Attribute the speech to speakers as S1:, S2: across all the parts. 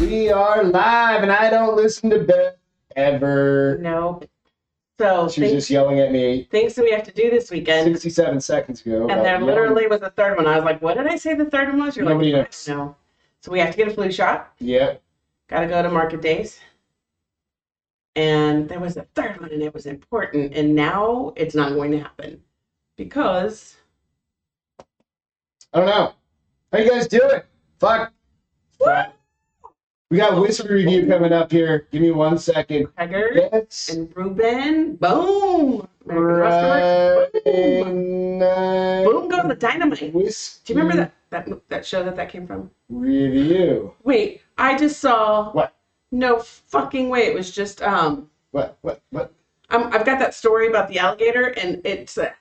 S1: we are live, and I don't listen to Beth ever.
S2: No. So
S1: She was
S2: things,
S1: just yelling at me
S2: things that we have to do this weekend.
S1: 67 seconds ago.
S2: And there
S1: about
S2: literally was a third one. I was like, what did I say the third one was? You're
S1: Nobody
S2: like,
S1: knows.
S2: I don't know. So we have to get a flu shot.
S1: yelling-
S2: Got to go to market days. And there was a third one and it was important. And now it's not going to happen because
S1: Yeah. I don't know. How you guys doing? Fuck. Fuck. We got Whisper Review coming up here. Give me one second.
S2: Tiger
S1: Yes.
S2: and Ruben, boom. American Restaurant.
S1: Ryan, uh,
S2: Boom goes the dynamite. Do
S1: Whisper
S2: you remember that, that, that show that that came from?
S1: Review.
S2: Wait, I just saw.
S1: What?
S2: No fucking way. It was just um.
S1: What? What? What?
S2: I'm, I've got that story about the alligator, and it's a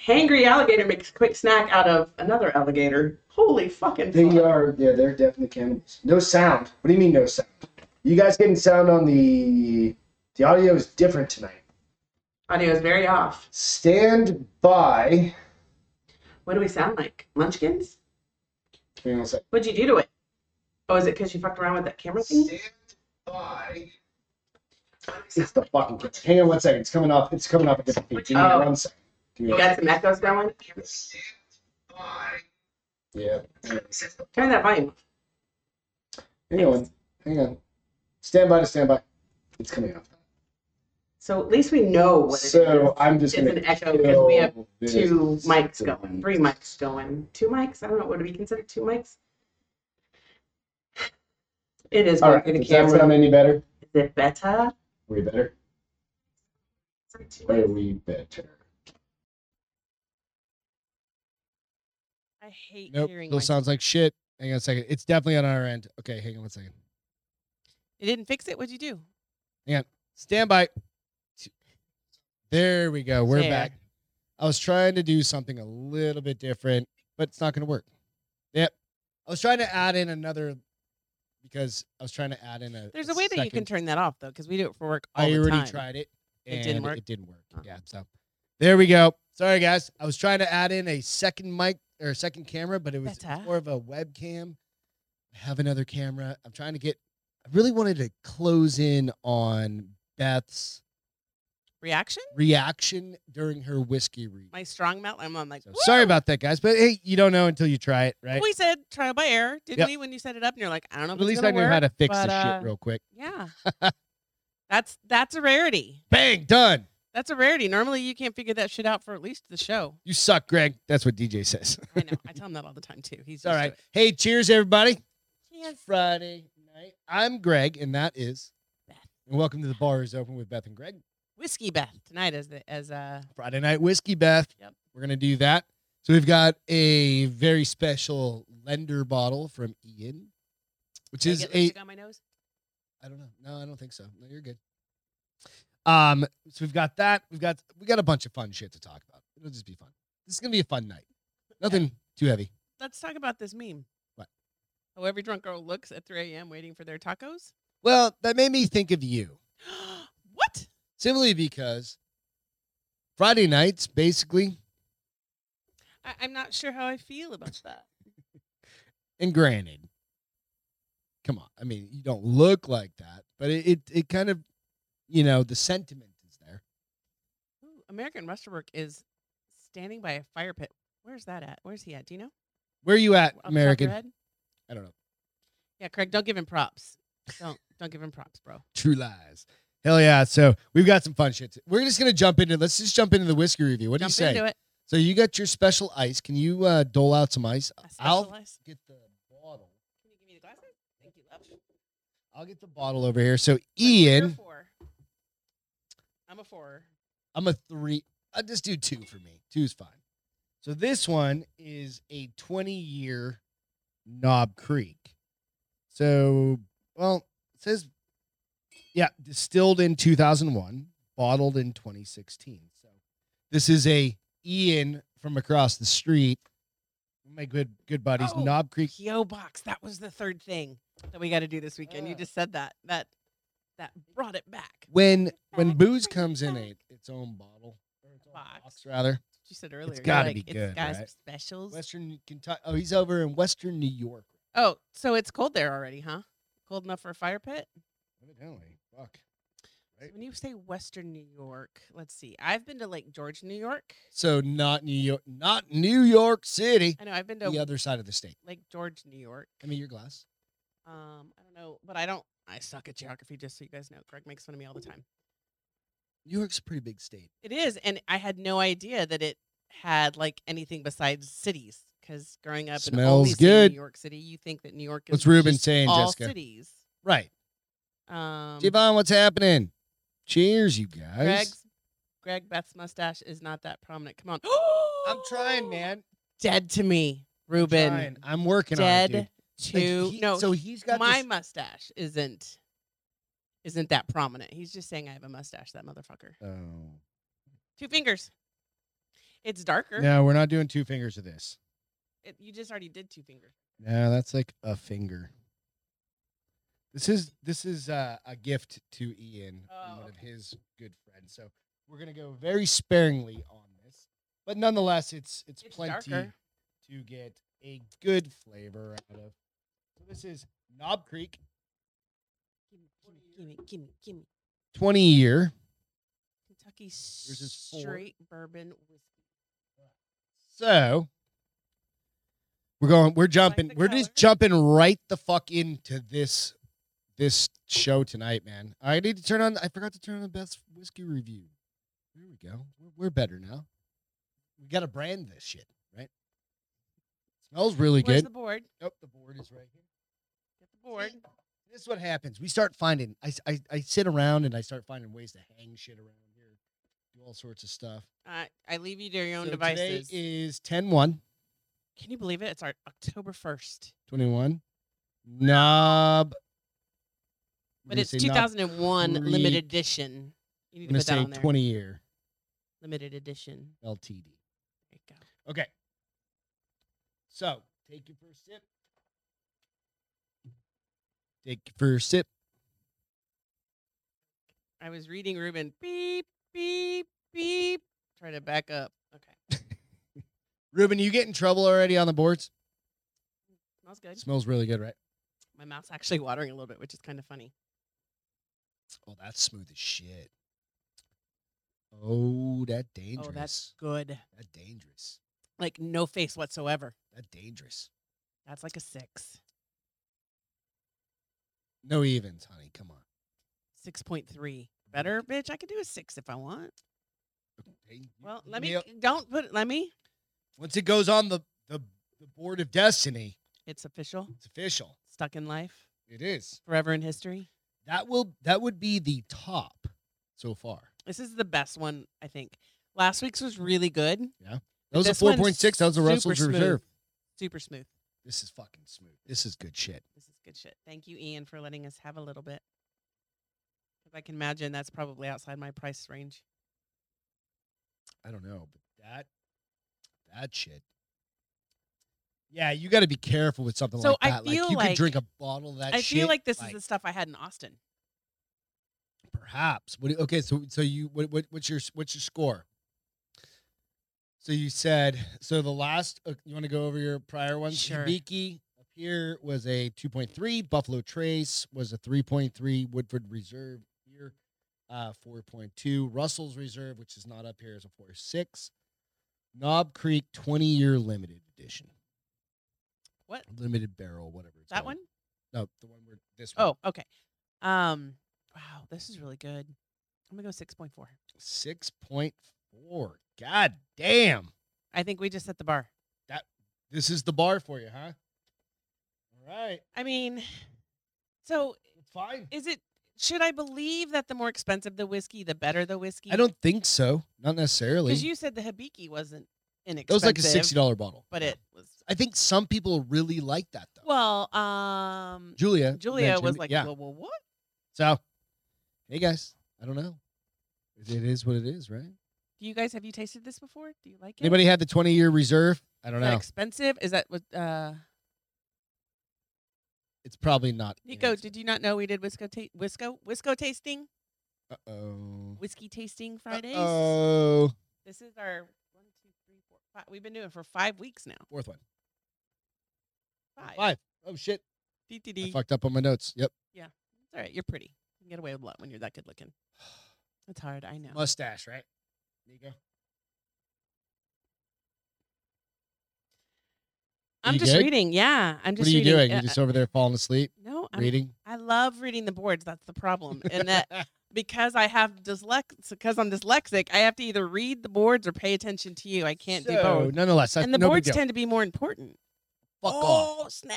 S2: hangry alligator makes a quick snack out of another alligator. Holy fucking
S1: They
S2: fuck.
S1: are, yeah, they're definitely cannibals. No sound. What do you mean no sound? You guys getting sound on the the audio is different tonight.
S2: Audio is very off.
S1: Stand by.
S2: What do we sound like? Munchkins?
S1: Hang on a second.
S2: What'd you do to it? Oh, is it because you fucked around with that camera thing?
S1: Stand by. It's the fucking glitch. Hang on one second. It's coming off. It's coming off a different feed. Give me
S2: Oh.
S1: one second. Give me
S2: You
S1: one
S2: got some echoes going?
S1: second. Yeah.
S2: Turn that volume off.
S1: Hang on. Hang on. Stand by to stand by. It's coming off.
S2: So at least we know what it is.
S1: So I'm just
S2: It's
S1: gonna.
S2: an echo 'cause we have
S1: kill
S2: two
S1: this
S2: mics
S1: thing.
S2: going, three mics going, two mics. I don't know. Would it be considered two mics? It is
S1: All
S2: going
S1: right.
S2: through the
S1: Does that
S2: camera.
S1: sound any better?
S2: Is it better?
S1: Are we better?
S2: Is it two
S1: Are
S2: mics?
S1: we better?
S3: I hate
S4: Nope.
S3: hearing
S4: Still
S3: myself.
S4: sounds like shit. Hang on a second. It's definitely on our end. Okay, hang on one second.
S3: It didn't fix it. What'd you do?
S4: Stand by. There we go. We're
S3: There.
S4: back. I was trying to do something a little bit different, but it's not going to work. Yep. I was trying to add in another because I was trying to add in a.
S3: There's a way that you can
S4: second-
S3: turn that off though, because we do it for work all
S4: I
S3: the
S4: already
S3: time.
S4: tried it. And
S3: It didn't work?
S4: It didn't work.
S3: Oh.
S4: Yeah. So there we go. Sorry guys. I was trying to add in a second mic or a second camera, but it was
S3: Better.
S4: more of a webcam. I have another camera. I'm trying to get I really wanted to close in on Beth's
S3: Reaction?
S4: reaction during her whiskey read.
S3: My strong mouth. I'm, I'm like,
S4: So sorry
S3: "Woo!"
S4: about that, guys, but hey, you don't know until you try it, right?
S3: We said trial by error, didn't
S4: Yep.
S3: we? When you set it up, and you're like, I don't know.
S4: But at
S3: If it's
S4: least I
S3: gonna
S4: knew
S3: work,
S4: how to fix
S3: but,
S4: this
S3: uh,
S4: shit real quick.
S3: Yeah. that's that's a rarity.
S4: Bang, done.
S3: That's a rarity. Normally, you can't figure that shit out for at least the show.
S4: You suck, Greg. That's what DJ says.
S3: I know. I tell him that all the time too. He's
S4: It's all right. Hey, cheers, everybody.
S3: Yes.
S4: It's Friday night. I'm Greg, and that is
S3: Beth.
S4: And welcome to the bar is open with Beth and Greg.
S3: Whiskey Beth tonight as the as uh
S4: Friday night whiskey, Beth.
S3: Yep.
S4: We're gonna do that. So we've got a very special lender bottle from Ian, which
S3: did I
S4: is
S3: get
S4: a
S3: lipstick on my nose.
S4: I don't know. No, I don't think so. No, you're good. Um, so we've got that. We've got we got a bunch of fun shit to talk about. It'll just be fun. This is gonna be a fun night. Nothing too heavy.
S3: Let's talk about this meme.
S4: What?
S3: How every drunk girl looks at 3 a.m. waiting for their tacos.
S4: Well, that made me think of you.
S3: what?
S4: Simply because Friday nights, basically,
S3: I, I'm not sure how I feel about that.
S4: And granted, come on, I mean, you don't look like that, but it it, it kind of, you know, the sentiment is there.
S3: Ooh, American Rusterwork is standing by a fire pit. Where's that at? Where's he at? Do you know?
S4: Where are you at,
S3: Off the top of your
S4: American?
S3: head?
S4: I don't know.
S3: Yeah, Craig, don't give him props. Don't don't give him props, bro.
S4: True lies. Hell yeah! So we've got some fun shit. to- We're just gonna jump into. Let's just jump into the whiskey review. What do you
S3: Jump
S4: say?
S3: into it.
S4: So you got your special ice. Can you uh, dole out some ice?
S3: I
S4: I'll-
S3: specialize.
S4: Get the bottle.
S3: Can you give me the glasses? Thank you, love.
S4: I'll get the bottle over here. So
S3: You're a
S4: Ian,
S3: four. I'm a four.
S4: I'm a three. I'll just do two for me. Two's fine. So this one is a 20 year Knob Creek. So, well, it says, yeah, distilled in 2001, bottled in 2016. So this is a Ian from across the street. My good good buddies,
S3: Oh,
S4: Knob Creek.
S3: PO box. That was the third thing that we got to do this weekend. You
S4: Ah.
S3: just said that. That that brought it back.
S4: When when
S3: Back,
S4: booze
S3: bring it
S4: comes in a
S3: back.
S4: its own bottle, or its own
S3: Box.
S4: box rather,
S3: You said earlier. you're
S4: gotta
S3: like,
S4: be
S3: It's
S4: good,
S3: got
S4: right?
S3: specials.
S4: Western Kentucky. Oh, he's over in Western New York.
S3: Oh, so it's cold there already, huh? cold enough for a fire pit?
S4: Evidently. Fuck.
S3: So
S4: Right.
S3: When you say Western New York, let's see. I've been to Lake George, New York.
S4: So not New York, not New York City,
S3: I know I've been to
S4: the other side of the state.
S3: Lake George, New York.
S4: I mean, your glass.
S3: Um, I don't know, but I don't. I suck at geography, just so you guys know. Greg makes fun of me all the time.
S4: New York's a pretty big state.
S3: It is, and I had no idea that it had like anything besides cities. Because growing up, and
S4: Smells
S3: only seeing
S4: good.
S3: New York City, you think that New York is
S4: What's Ruben
S3: just
S4: saying,
S3: all
S4: Jessica?
S3: cities.
S4: Right.
S3: Um,
S4: Javon, what's happening? Cheers, you guys.
S3: Greg's Greg Beth's mustache is not that prominent. Come on,
S4: I'm trying, man.
S3: Dead to me,
S4: Been
S3: Ruben.
S4: I'm working on it.
S3: Dead
S4: dude.
S3: to
S4: Like, he-
S3: no.
S4: So he's got
S3: my
S4: this-
S3: mustache isn't isn't that prominent. He's just saying I have a mustache. That motherfucker.
S4: Oh.
S3: Two fingers. It's darker.
S4: No, we're not doing two fingers of this.
S3: It, you just already did two fingers.
S4: No, that's like a finger. This is this is uh, a gift to Ian, from
S3: Oh,
S4: one of
S3: okay.
S4: his good friends. So we're gonna go very sparingly on this, but nonetheless, it's it's,
S3: It's
S4: plenty
S3: darker.
S4: to get a good flavor out of. So this is Knob Creek
S3: Gimme, gimme, gimme, gimme, gimme.
S4: 20 year
S3: Kentucky
S4: is four.
S3: straight bourbon whiskey.
S4: So we're going. We're jumping.
S3: the
S4: we're just
S3: color.
S4: jumping right the fuck into this this show tonight, man. I need to turn on. I forgot to turn on the best whiskey review. Here we go. We're, we're better now. We got to brand this shit, right? smells really
S3: Where's
S4: good.
S3: the board?
S4: nope, the board is right here.
S3: Get the board.
S4: This is what happens. We start finding. I, s- I I sit around and I start finding ways to hang shit around here, do all sorts of stuff.
S3: Uh, I leave you to your own
S4: So
S3: devices.
S4: Today is 10-1.
S3: Can you believe it? It's our October first,
S4: 21. Knob. I'm
S3: but
S4: gonna
S3: it's
S4: say
S3: 2001
S4: Knob
S3: limited
S4: Creek.
S3: edition.
S4: I'm
S3: You need to
S4: going
S3: put
S4: to
S3: that
S4: say
S3: on there.
S4: 20 year
S3: Limited edition.
S4: LTD.
S3: There you go.
S4: Okay. So take your first sip. Take your first sip.
S3: I was reading Ruben. Beep beep beep. Try to back up. Okay,
S4: Ruben, you get in trouble already on the boards?
S3: smells good.
S4: smells really good, right?
S3: My mouth's actually watering a little bit, which is kind of funny.
S4: Oh, that's smooth as shit. Oh, that dangerous.
S3: Oh, that's good.
S4: that dangerous.
S3: Like no face whatsoever.
S4: That dangerous.
S3: That's like a six.
S4: No evens, honey. Come on.
S3: Six point three. Better, bitch. I could do a six if I want.
S4: Okay, you-
S3: Well,
S4: you
S3: let me
S4: nail-
S3: don't put let me.
S4: Once it goes on the, the the board of destiny,
S3: It's official.
S4: it's official.
S3: Stuck in life.
S4: It is.
S3: Forever in history.
S4: That will that would be the top so far.
S3: This is the best one, I think. Last week's was really good.
S4: That was a
S3: This one's
S4: four point six. That was a
S3: super
S4: Russell's
S3: smooth.
S4: Reserve.
S3: Super smooth.
S4: This is fucking smooth. This is good shit.
S3: This is good shit. Thank you, Ian, for letting us have a little bit. 'Cause I can imagine that's probably outside my price range.
S4: I don't know, but that that shit. Yeah, you got to be careful with something
S3: So
S4: like
S3: I
S4: that.
S3: feel
S4: like you can
S3: like-
S4: drink a bottle of that.
S3: I
S4: shit,
S3: feel like this is the stuff I had in Austin.
S4: perhaps. What? do- Okay, so so you what, what what's your what's your score? So you said so the last uh, you want to go over your prior ones.
S3: Sure.
S4: Hibiki up here was a two point three. Buffalo Trace was a three point three. Woodford Reserve here, uh, four point two. Russell's Reserve, which is not up here, is a four six. Knob Creek twenty year limited edition,
S3: What?
S4: limited barrel, whatever. It's
S3: That
S4: called.
S3: one?
S4: No, the one where this one.
S3: Oh, okay. Um, wow, this is really good. I'm gonna go six point four.
S4: Six point four. God damn.
S3: I think we just set the bar.
S4: This is the bar for you, huh? All right.
S3: I mean, so
S4: It's fine.
S3: is it? Should I believe that the more expensive the whiskey, the better the whiskey?
S4: I don't think so. Not necessarily.
S3: because you said the Hibiki wasn't inexpensive.
S4: that was like a sixty dollar bottle.
S3: but
S4: Yeah.
S3: it was.
S4: I think some people really like that though.
S3: Well, um,
S4: Julia.
S3: Julia was
S4: mentioned-
S3: like,
S4: yeah.
S3: "Well, well, what?"
S4: So, hey guys, I don't know. It- It is what it is, right?
S3: Do you guys have you tasted this before? Do you like it?
S4: Anybody had the twenty year reserve? I
S3: Is
S4: don't
S3: that
S4: know.
S3: expensive? Is that what? Uh,
S4: It's probably not.
S3: Nico, did you not know we did Wisco ta- Wisco Wisco tasting
S4: Uh oh.
S3: whiskey tasting Fridays?
S4: Oh,
S3: This is our one, two, three, four, five. We've been doing it for five weeks now.
S4: fourth one.
S3: Five.
S4: Five. Oh shit! I
S3: DTD.
S4: fucked up on my notes. Yep.
S3: It's all right. You're pretty. You can get away with a lot when you're that good looking. It's hard. I know.
S4: Mustache, right? Nico?
S3: I'm
S4: you
S3: just
S4: good?
S3: reading. Yeah, I'm just.
S4: What are you
S3: reading.
S4: doing?
S3: Uh,
S4: You're just over there falling asleep,
S3: no, I'm,
S4: reading.
S3: I love reading the boards. That's the problem, and that because I have dyslex because I'm dyslexic, I have to either read the boards or pay attention to you. I can't do
S4: So,
S3: both.
S4: Nonetheless, that's
S3: And the
S4: no big
S3: boards
S4: deal.
S3: tend to be more important.
S4: Fuck off.
S3: oh snap!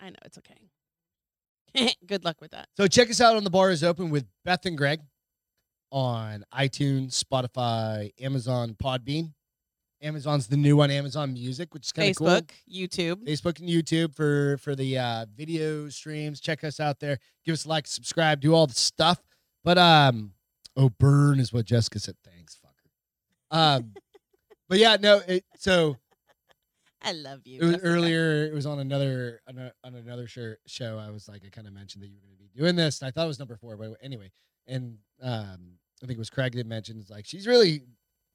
S3: I know it's okay. Good luck with that.
S4: So check us out on the bar is open with Beth and Greg on iTunes, Spotify, Amazon, Podbean. Amazon's the new one, Amazon Music, which is kind of cool.
S3: Facebook, YouTube.
S4: Facebook and YouTube for for the uh, video streams. Check us out there. Give us a like, subscribe, do all the stuff. But um, oh, burn is what Jessica said. Thanks, fucker. Um, but yeah, no. It, so
S3: I love you.
S4: it was
S3: Jessica.
S4: earlier. It was on another on, a, on another shir- show. I was like, I kind of mentioned that you were going to be doing this, and I thought it was number four, but anyway. And um, I think it was Craig that mentioned it's like she's really,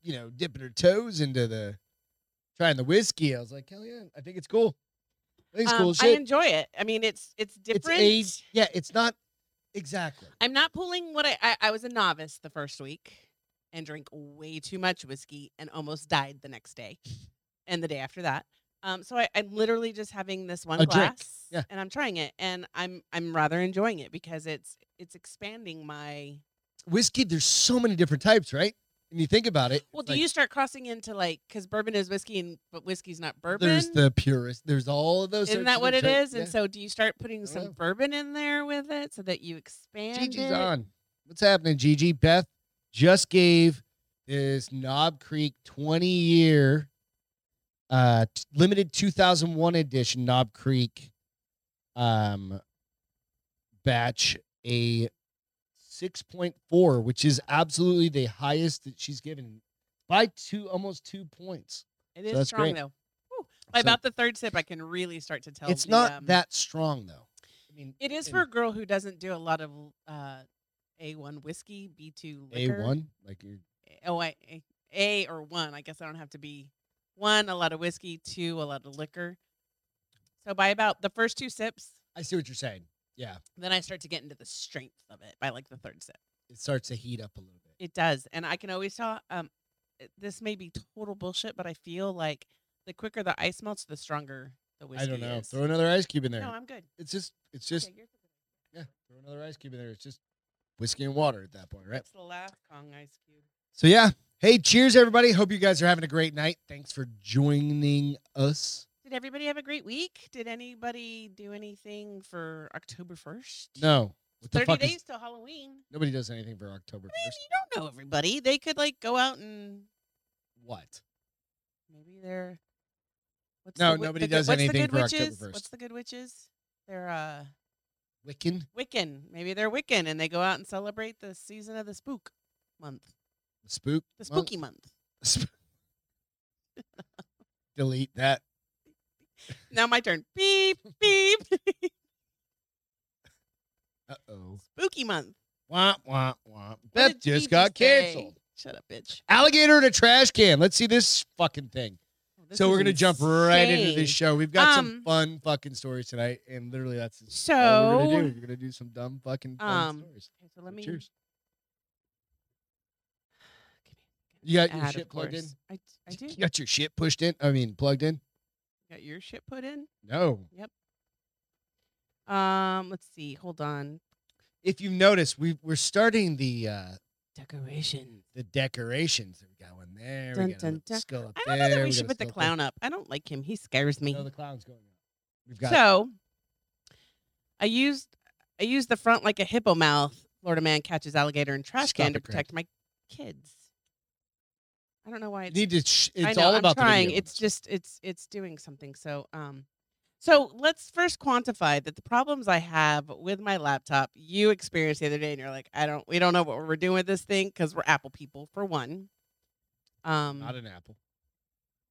S4: you know, dipping her toes into the trying the whiskey. I was like, hell yeah, I think it's cool. I think it's cool
S3: Um,
S4: as
S3: I
S4: shit.
S3: enjoy it. I mean, it's it's
S4: it's
S3: different.
S4: a yeah. It's not exactly.
S3: I'm not pulling what I, I I was a novice the first week and drank way too much whiskey and almost died the next day and the day after that. Um, so I, I'm literally just having this one
S4: A drink,
S3: glass
S4: yeah.
S3: and I'm trying it and I'm I'm rather enjoying it because it's it's expanding my
S4: Whiskey. There's so many different types, right? And you think about it.
S3: well,
S4: it's
S3: do
S4: like,
S3: you start crossing into like because bourbon is whiskey and but whiskey's not bourbon?
S4: There's the purist. There's all of those.
S3: Isn't
S4: sorts
S3: that
S4: of
S3: what it
S4: different
S3: is?
S4: types.
S3: And so, do you start putting
S4: don't
S3: some
S4: know.
S3: bourbon in there with it so that you expand?
S4: Gigi's
S3: it?
S4: on. What's happening, Gigi? Beth just gave this Knob Creek 20 year uh t- limited 2001 edition Knob Creek um batch a 6.4 which is absolutely the highest that she's given by two almost 2 points.
S3: It
S4: So
S3: is
S4: that's
S3: strong
S4: great.
S3: though. Woo. By
S4: So-
S3: about the third sip, I can really start to tell.
S4: It's
S3: the,
S4: not
S3: um,
S4: that strong though. I mean
S3: It is
S4: in
S3: for a girl who doesn't do a lot of uh, A1 whiskey, B2 liquor.
S4: A1 like you're
S3: Oh, I, A- A or one. I guess I don't have to be one, a lot of whiskey, two, a lot of liquor. So by about the first two sips,
S4: I see what you're saying. Yeah,
S3: then I start to get into the strength of it by like the third sip.
S4: it starts to heat up a little bit.
S3: It does. And I can always tell um it- this may be total bullshit, but I feel like the quicker the ice melts, the stronger the whiskey
S4: I don't know.
S3: is.
S4: Throw another ice cube in there.
S3: no, I'm good.
S4: it's just, it's just,
S3: Okay, you're good.
S4: yeah. Throw another ice cube in there. It's just whiskey and water at that point, right?
S3: That's the last Kong Ice Cube.
S4: So yeah. Hey, cheers, everybody. Hope you guys are having a great night. Thanks for joining us.
S3: Did everybody have a great week? Did anybody do anything for October 1st?
S4: No, what the
S3: 30
S4: fuck is-
S3: days till Halloween.
S4: nobody does anything for October
S3: I mean,
S4: first.
S3: you don't know everybody. They could like go out and
S4: What?
S3: maybe they're. What's
S4: No,
S3: the, wi-
S4: nobody
S3: the, good-
S4: does
S3: what's
S4: anything
S3: the good
S4: for October
S3: witches?
S4: 1st.
S3: What's the good witches? They're uh,
S4: Wiccan
S3: Wiccan. Maybe they're Wiccan and they go out and celebrate the season of the spook month,
S4: spook.
S3: the
S4: month?
S3: spooky month.
S4: Sp- Delete that.
S3: Now my turn. Beep beep.
S4: Uh oh.
S3: spooky month.
S4: Womp womp womp.
S3: What
S4: Beth
S3: did
S4: just
S3: Gigi
S4: got
S3: say?
S4: canceled.
S3: Shut up, bitch.
S4: Alligator in a trash can. Let's see this fucking thing.
S3: Oh, this
S4: so
S3: is
S4: we're gonna jump right into
S3: insane.
S4: this show. We've got some
S3: Um,
S4: fun fucking stories tonight, and literally that's
S3: So
S4: all we're gonna do. We're gonna do some dumb fucking fun
S3: Um,
S4: stories.
S3: Okay, so let me.
S4: Cheers.
S3: Give me-
S4: You got
S3: Add,
S4: your
S3: of
S4: shit plugged in.
S3: course. I, I do.
S4: You got your shit pushed in. I mean, plugged in.
S3: Got your shit put in.
S4: No.
S3: Um, let's see. Hold on.
S4: If you notice, we we're starting the uh
S3: Decoration.
S4: the decorations. We got one there.
S3: Dun,
S4: we got a
S3: dun,
S4: little
S3: dun.
S4: skull up
S3: I don't
S4: there.
S3: know that we
S4: we
S3: should
S4: got a
S3: put the
S4: skull up
S3: clown up. I don't like him. He scares me.
S4: there. No, the clown's going. on. We've got
S3: so I used I used the front like a hippo mouth. Florida man catches alligator in trash
S4: Stop
S3: can to
S4: it, Greg.
S3: protect my kids. I don't know why
S4: you
S3: it's
S4: need to. Sh-
S3: I
S4: it's
S3: know,
S4: all
S3: I'm
S4: about
S3: trying.
S4: the video
S3: it's
S4: games.
S3: just it's it's doing something. So um so let's first quantify that the problems I have with my laptop you experienced the other day and you're like, I don't we don't know what we're doing with this thing because we're Apple people for one. Um
S4: not an apple.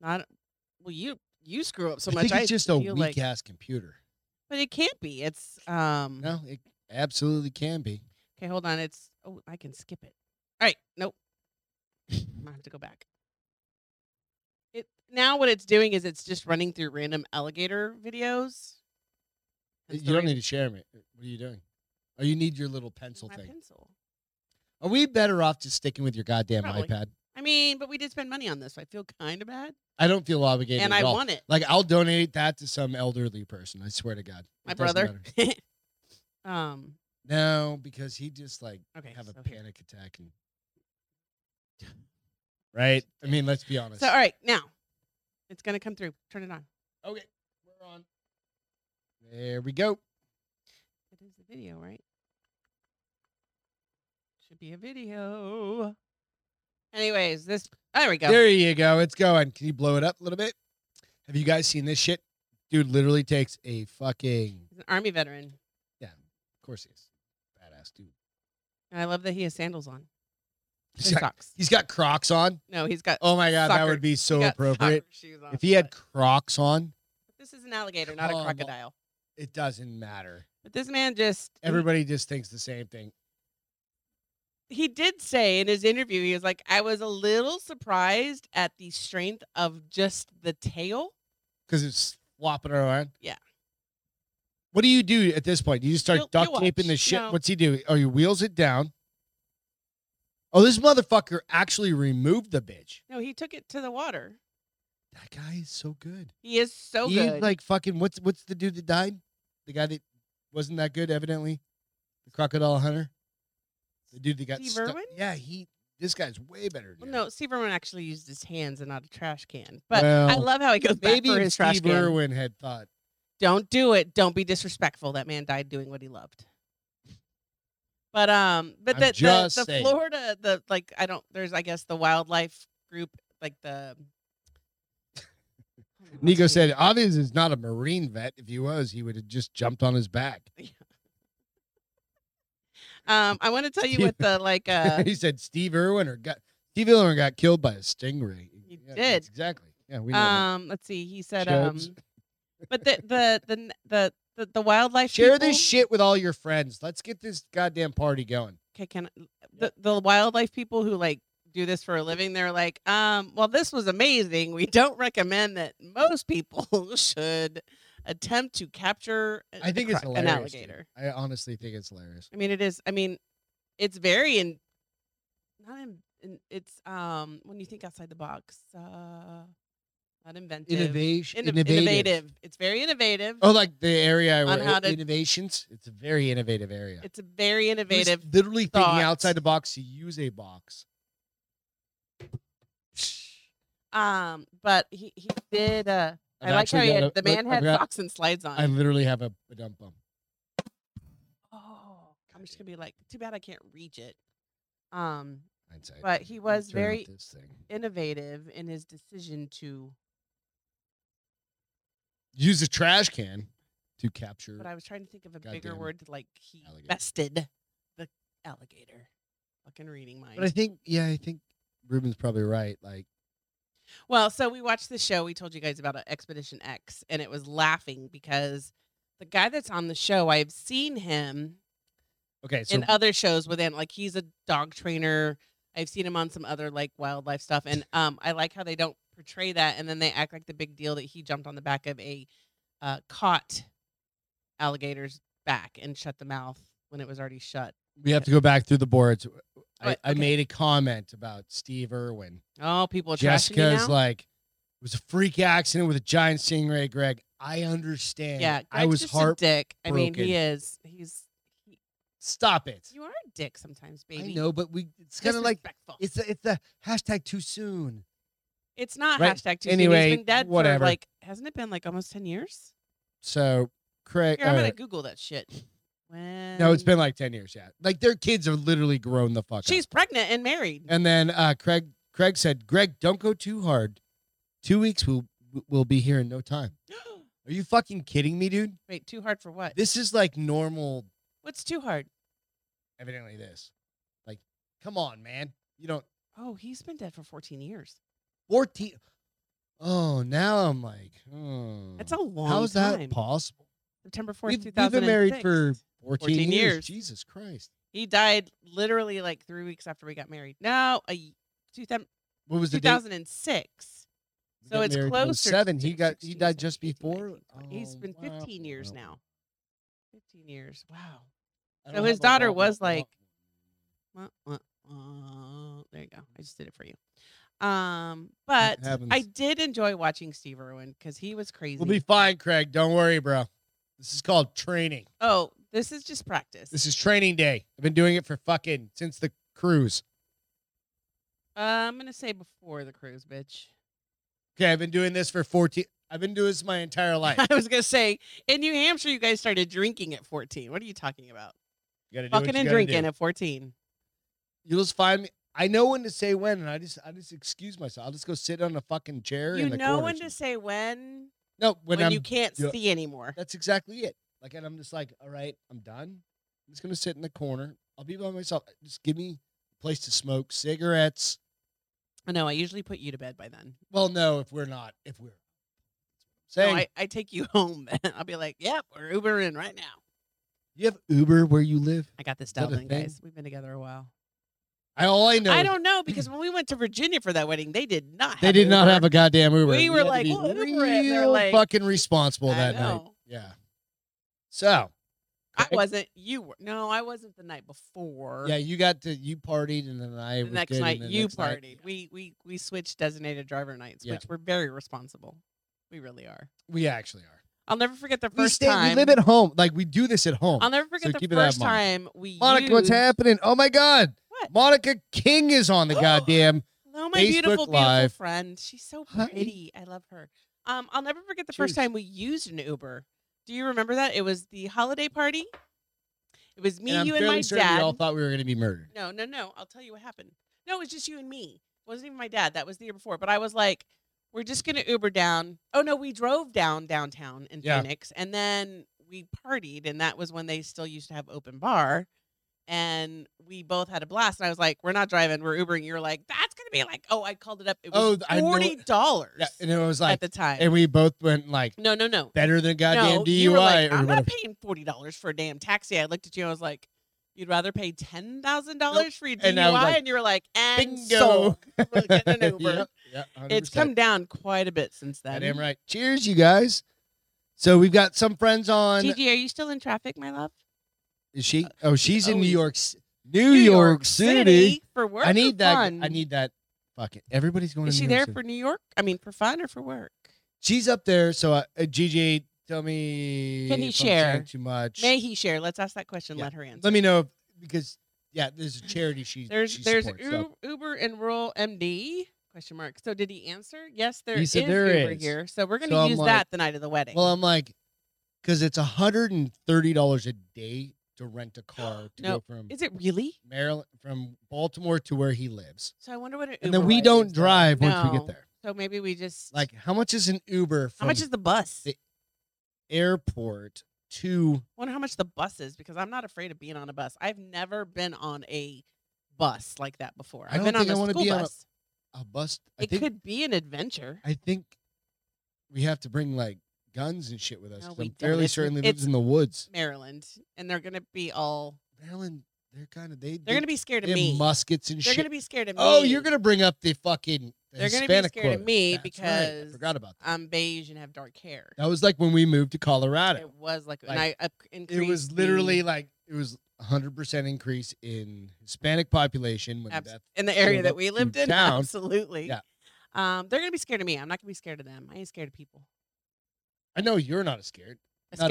S3: not- well you you screw up so
S4: I
S3: much.
S4: think it's just a
S3: feel
S4: weak
S3: like,
S4: ass computer.
S3: but it can't be. It's um
S4: No, it absolutely can be.
S3: okay, hold on. It's oh I can skip it. All right, nope. I have to go back. It now what it's doing is it's just running through random alligator videos.
S4: You
S3: Hence the
S4: don't
S3: ra-
S4: need to share me. What are you doing? Or you need your little pencil
S3: My
S4: thing.
S3: pencil.
S4: Are we better off just sticking with your goddamn
S3: Probably.
S4: iPad?
S3: I mean, but we did spend money on this, so I feel kind of bad,
S4: I don't feel obligated
S3: and
S4: at
S3: I
S4: all.
S3: want it.
S4: Like I'll donate that to some elderly person. I swear to God. It
S3: My
S4: doesn't
S3: brother.
S4: matter.
S3: um.
S4: No, because he just like
S3: Okay.
S4: have a
S3: so-
S4: panic attack and. Right. I mean, let's be honest.
S3: So all right, now it's gonna come through. Turn it on.
S4: Okay, we're on. There we go.
S3: It is a video, right? Should be a video. Anyways, this there we go.
S4: There you go. It's going. Can you blow it up a little bit? Have you guys seen this shit? Dude literally takes a fucking.
S3: He's an army veteran.
S4: Of course he is. Badass dude.
S3: And I love that he has sandals on.
S4: He's
S3: And
S4: got,
S3: socks.
S4: he's got Crocs on.
S3: No, he's got
S4: Oh my God, that
S3: Soccer.
S4: would be so
S3: he got
S4: appropriate.
S3: soccer shoes on,
S4: If he had
S3: but-
S4: Crocs on,
S3: but this is an alligator, not a
S4: Come on.
S3: crocodile.
S4: it doesn't matter.
S3: But this man just he-
S4: Everybody just thinks the same thing.
S3: he did say in his interview, he was like, I was a little surprised at the strength of just the tail.
S4: because it's flopping around.
S3: Yeah.
S4: What do you do at this point? Do you just start
S3: You'll-
S4: duct
S3: you'll
S4: taping the
S3: watch.
S4: shit?
S3: No.
S4: What's he do? Oh, he wheels it down. Oh, this motherfucker actually removed the bitch.
S3: No, he took it to the water.
S4: That guy is so good.
S3: He is so
S4: he
S3: good.
S4: like fucking what's what's the dude that died? The guy that wasn't that good, evidently. The crocodile hunter. The dude that got
S3: Steve
S4: stuck.
S3: Irwin?
S4: Yeah, he this guy's way better than
S3: Well,
S4: him.
S3: no, Steve Irwin actually used his hands and not a trash can. But I
S4: Well,
S3: love how he goes back
S4: Maybe
S3: for
S4: if
S3: his trash
S4: Steve
S3: can.
S4: Irwin had thought.
S3: Don't do it. Don't be disrespectful. That man died doing what he loved. But um, but
S4: I'm
S3: the
S4: just
S3: the, the
S4: saying.
S3: Florida the like I don't there's I guess the wildlife group like the. Oh, what's
S4: Nico
S3: his
S4: said, obviously, he's not a Marine vet. If he was, he would have just jumped on his back.
S3: Um, I want to tell you
S4: Yeah.
S3: what the like. Uh,
S4: he said Steve Irwin or got Steve Irwin got killed by a stingray.
S3: He
S4: Yeah,
S3: did.
S4: that's exactly. Yeah, we know. that.
S3: um, let's see. He said. Um,
S4: Chubbs.
S3: but the the the the the, the wildlife.
S4: Share
S3: people,
S4: this shit with all your friends. Let's get this goddamn party going.
S3: Okay, can the the wildlife people who like do this for a living? They're like, um, well, this was amazing. We don't recommend that most people should attempt to capture. a-
S4: I
S3: a
S4: think it's
S3: cro-
S4: hilarious.
S3: an
S4: dude.
S3: alligator.
S4: I honestly think it's hilarious.
S3: I mean, it is. I mean, it's very in. Not in. in it's um when you think outside the box. Uh, not inventive.
S4: Innovation.
S3: Inno- innovative. It's very innovative.
S4: Oh, like the area I
S3: On
S4: were-
S3: how to-
S4: innovations. It's a very innovative area.
S3: It's a very
S4: He was
S3: innovative.
S4: Literally
S3: thought.
S4: thinking outside the box to use a box.
S3: Um, but he he did. Uh, I
S4: I've
S3: like how
S4: actually
S3: he
S4: got
S3: had,
S4: a-
S3: the
S4: look,
S3: man
S4: I've
S3: had
S4: got-
S3: socks and slides on.
S4: I literally have a, a dump bump.
S3: Oh, I'm just gonna be like, too bad I can't reach it. Um,
S4: Hindsight.
S3: But he
S4: Let me turn
S3: was
S4: off
S3: very-
S4: This thing.
S3: innovative in his decision to.
S4: use a trash can to capture.
S3: But I was trying to think of a bigger
S4: Goddamn
S3: word. to, Like he
S4: alligator.
S3: bested the alligator. Fucking reading mind.
S4: But I think, yeah, I think Ruben's probably right. Like,
S3: Well, so we watched the show. We told you guys about uh, Expedition X, and it was laughing because the guy that's on the show, I've seen him
S4: okay, so
S3: in other shows within like he's a dog trainer i've seen him on some other like wildlife stuff and um i like how they don't portray that and then they act like the big deal that he jumped on the back of a uh, caught alligator's back and shut the mouth when it was already shut
S4: we have to go back through the boards. I,
S3: What?
S4: I
S3: Okay.
S4: made a comment about Steve Irwin.
S3: oh people are trashing you
S4: Jessica's
S3: now?
S4: like, it was a freak accident with a giant stingray, Greg. I understand.
S3: yeah
S4: I
S3: Greg's
S4: was
S3: just a
S4: heart.
S3: dick i mean he
S4: broken.
S3: is he's
S4: Stop it.
S3: you are a dick sometimes baby
S4: I know, but we. It's kind of like
S3: Disrespectful.
S4: it's a, it's a hashtag too soon.
S3: it's not
S4: right,
S3: hashtag too soon.
S4: anyway,
S3: He's been dead
S4: whatever.
S3: for like hasn't it been like almost ten years?
S4: So, Craig.
S3: Here, I'm
S4: uh,
S3: gonna Google that shit. When
S4: no, it's been like ten years. Yeah, like their kids are literally grown the fuck. up.
S3: She's pregnant and married.
S4: And then uh, Craig Craig said, "Greg, don't go too hard. Two weeks will will be here in no time." Are you fucking kidding me, dude?
S3: Wait, too hard for what?
S4: This is like normal.
S3: What's too hard?
S4: Evidently, this. Like, come on, man. You don't
S3: Oh, he's been dead for 14 years.
S4: fourteen. Oh, now I'm like, hmm.
S3: That's a long
S4: How's
S3: time.
S4: that possible?
S3: September 4th,
S4: We've, we've
S3: 2006.
S4: been married for 14,
S3: 14
S4: years.
S3: years.
S4: Jesus Christ.
S3: He died literally like three weeks after we got married. No, a y- two thou-
S4: What was the date?
S3: 2006.
S4: We
S3: So
S4: got
S3: it's
S4: married in
S3: closer. to
S4: 07. He
S3: six-
S4: got he
S3: 16,
S4: died just
S3: 17, 18,
S4: before.
S3: 19, 20. He's
S4: Oh,
S3: been
S4: wow,
S3: 15 years
S4: wow.
S3: now. 15 years. Wow.
S4: I
S3: So
S4: don't
S3: his
S4: have a
S3: daughter
S4: wobble
S3: was
S4: wobble.
S3: like- Wah, wah, wah. There you go. I just did it for you. Um, but I
S4: happens.
S3: did enjoy watching Steve Irwin because he was crazy.
S4: "We'll be fine, Craig. Don't worry, bro. This is called training.
S3: oh, this is just practice.
S4: This is training day. I've been doing it for fucking since the cruise.
S3: uh, I'm gonna say before the cruise, bitch.
S4: Okay, I've been doing this for 14. I've been doing this my entire life.
S3: I was gonna say in New Hampshire, you guys started drinking at 14. What are you talking about?
S4: You gotta do what
S3: Fucking
S4: you
S3: and
S4: gotta
S3: drinking
S4: do.
S3: at 14.
S4: You'll just find me. I know when to say when, and I just I just excuse myself. I'll just go sit on a fucking chair.
S3: You
S4: in the
S3: know
S4: corner
S3: when
S4: somewhere.
S3: to say when
S4: no
S3: when,
S4: when, I'm
S3: you can't
S4: yeah.
S3: see anymore.
S4: That's exactly it. Like, and I'm just like, all right, I'm done. I'm just gonna sit in the corner. I'll be by myself. Just give me a place to smoke cigarettes.
S3: I know. I usually put you to bed by then.
S4: Well, no, if we're not, if we're
S3: No,
S4: saying
S3: I, I take you home. Then I'll be like, "Yep, we're Ubering right now."
S4: you have Uber where you live.
S3: I got this
S4: that a
S3: dialed in,
S4: thing?
S3: guys. We've been together a while.
S4: I all I know.
S3: I
S4: is
S3: don't know because when we went to Virginia for that wedding, they did not. Have
S4: They did not
S3: Uber.
S4: have a goddamn Uber.
S3: We were
S4: had to
S3: like,
S4: be
S3: "We'll Uber it," and they were
S4: real
S3: like,
S4: fucking responsible
S3: I
S4: that night.
S3: know.
S4: Yeah. So
S3: I
S4: Craig?
S3: wasn't. You were. No, I wasn't the night before.
S4: yeah, you got to you partied and then I
S3: The
S4: was
S3: next
S4: good,
S3: night,
S4: and the
S3: you
S4: next night-
S3: partied. We we we switched designated driver nights,
S4: Yeah.
S3: which we're very responsible. We really are.
S4: We actually are.
S3: I'll never forget the first
S4: we stay.
S3: time.
S4: We live at home. Like we do this at home.
S3: I'll never forget the
S4: keep it out of
S3: first
S4: mind.
S3: time we.
S4: Monica, what's
S3: used-
S4: happening? Oh my God!
S3: What?
S4: Monica King is on the goddamn.
S3: Hello, my
S4: Facebook
S3: beautiful, beautiful
S4: Live.
S3: friend. She's so
S4: Hi.
S3: pretty. I love her. Um, I'll never forget the first
S4: Cheers.
S3: time we used an Uber. Do you remember that? It was the holiday party. It was me,
S4: and I'm
S3: you, and
S4: fairly
S3: my
S4: certain
S3: dad.
S4: We all thought we were going to be murdered.
S3: No, no, no. I'll tell you what happened. No, it was just you and me. It wasn't even my dad. That was the year before. But I was like, we're just gonna Uber down. Oh no, we drove down downtown in
S4: Yeah.
S3: Phoenix, and then we partied, and that was when they still used to have open bar. And we both had a blast. And I was like, "We're not driving. We're Ubering." You're like, "That's gonna be like, oh, I called it up. It
S4: Oh,
S3: was
S4: I know-
S3: forty dollars
S4: Yeah, and it was
S3: at
S4: like,
S3: the time."
S4: and we both went like
S3: no, no, no,
S4: better than goddamn
S3: no.
S4: DUI
S3: you were like,
S4: or
S3: "I'm
S4: whatever.
S3: not paying forty dollars for a damn taxi." I looked at you. and I was like, "You'd rather pay ten thousand dollars for your DUI?"
S4: And
S3: And,
S4: I was like,
S3: you were like, "And
S4: Bingo.
S3: so we're getting an Uber."
S4: Yep, yep, 100%.
S3: It's come down quite a bit since then.
S4: Goddamn right. Cheers, you guys. So we've got some friends on.
S3: Gigi, are you still in traffic, my love?
S4: Is she? Oh, she's in
S3: oh,
S4: New York. C- New, York, City.
S3: for work.
S4: I
S3: or
S4: need that.
S3: Fun?
S4: I need that. Fuck it. Everybody's going.
S3: Is
S4: to
S3: she
S4: New York
S3: there
S4: City.
S3: for New York? I mean, for fun or for work?
S4: She's up there. So uh, uh, Gigi, tell me.
S3: Can
S4: if
S3: he
S4: I'm saying
S3: share?
S4: too much?
S3: May he share? Let's ask that question.
S4: Yeah.
S3: Let her answer.
S4: Let me know if, because yeah, there's a charity she
S3: There's
S4: she
S3: there's
S4: supports,
S3: U-
S4: so.
S3: Uber and Rural MD question mark. So did he answer? Yes, there
S4: He
S3: is
S4: said there
S3: Uber
S4: is.
S3: here. So we're going to
S4: So I'm
S3: use
S4: like-
S3: that the night of the wedding.
S4: Well, um, I'm like, because it's hundred and thirty dollars a day to rent a car to
S3: No,
S4: go from
S3: is it really?
S4: Maryland from Baltimore to where he lives,
S3: So I wonder what an Uber.
S4: and then we
S3: ride
S4: don't
S3: is though.
S4: drive once we
S3: No.
S4: get there.
S3: So maybe we just
S4: Like, how much is an Uber
S3: how
S4: from
S3: much is the bus?
S4: the- airport to?
S3: wonder how much the bus is because I'm not afraid of being on a bus. I've never been on a bus like that before.
S4: I
S3: I've
S4: don't
S3: been on
S4: think I
S3: a
S4: wanna
S3: school
S4: be on a-
S3: bus.
S4: A bus. I
S3: it
S4: think
S3: could be an adventure.
S4: I think we have to bring like guns and shit with us.
S3: No,
S4: 'cause
S3: we
S4: I'm
S3: don't.
S4: fairly
S3: It's-
S4: certain he
S3: it's-
S4: lives in the woods.
S3: Maryland, and they're gonna be all
S4: Maryland, they're kind of they.
S3: they're gonna be scared
S4: they
S3: of
S4: have
S3: me.
S4: muskets and
S3: They're
S4: shit.
S3: gonna be scared of me.
S4: oh, you're gonna bring up the fucking. The
S3: They're gonna be
S4: Hispanic
S3: scared of
S4: quota.
S3: me
S4: That's right, I
S3: because
S4: forgot about that.
S3: I'm beige and have dark hair.
S4: That was like when we moved to
S3: It
S4: Colorado.
S3: was like, and I
S4: Like,
S3: up
S4: It was
S3: increased
S4: literally
S3: the,
S4: like it was 100 percent increase in Hispanic population when
S3: abs-
S4: Beth-
S3: in the area
S4: showed
S3: that
S4: up
S3: we
S4: to
S3: lived in.
S4: town.
S3: Absolutely.
S4: Yeah.
S3: Um, they're gonna be scared of me. I'm not gonna be scared of them. I ain't scared of people.
S4: I know you're not as scared.
S3: I'm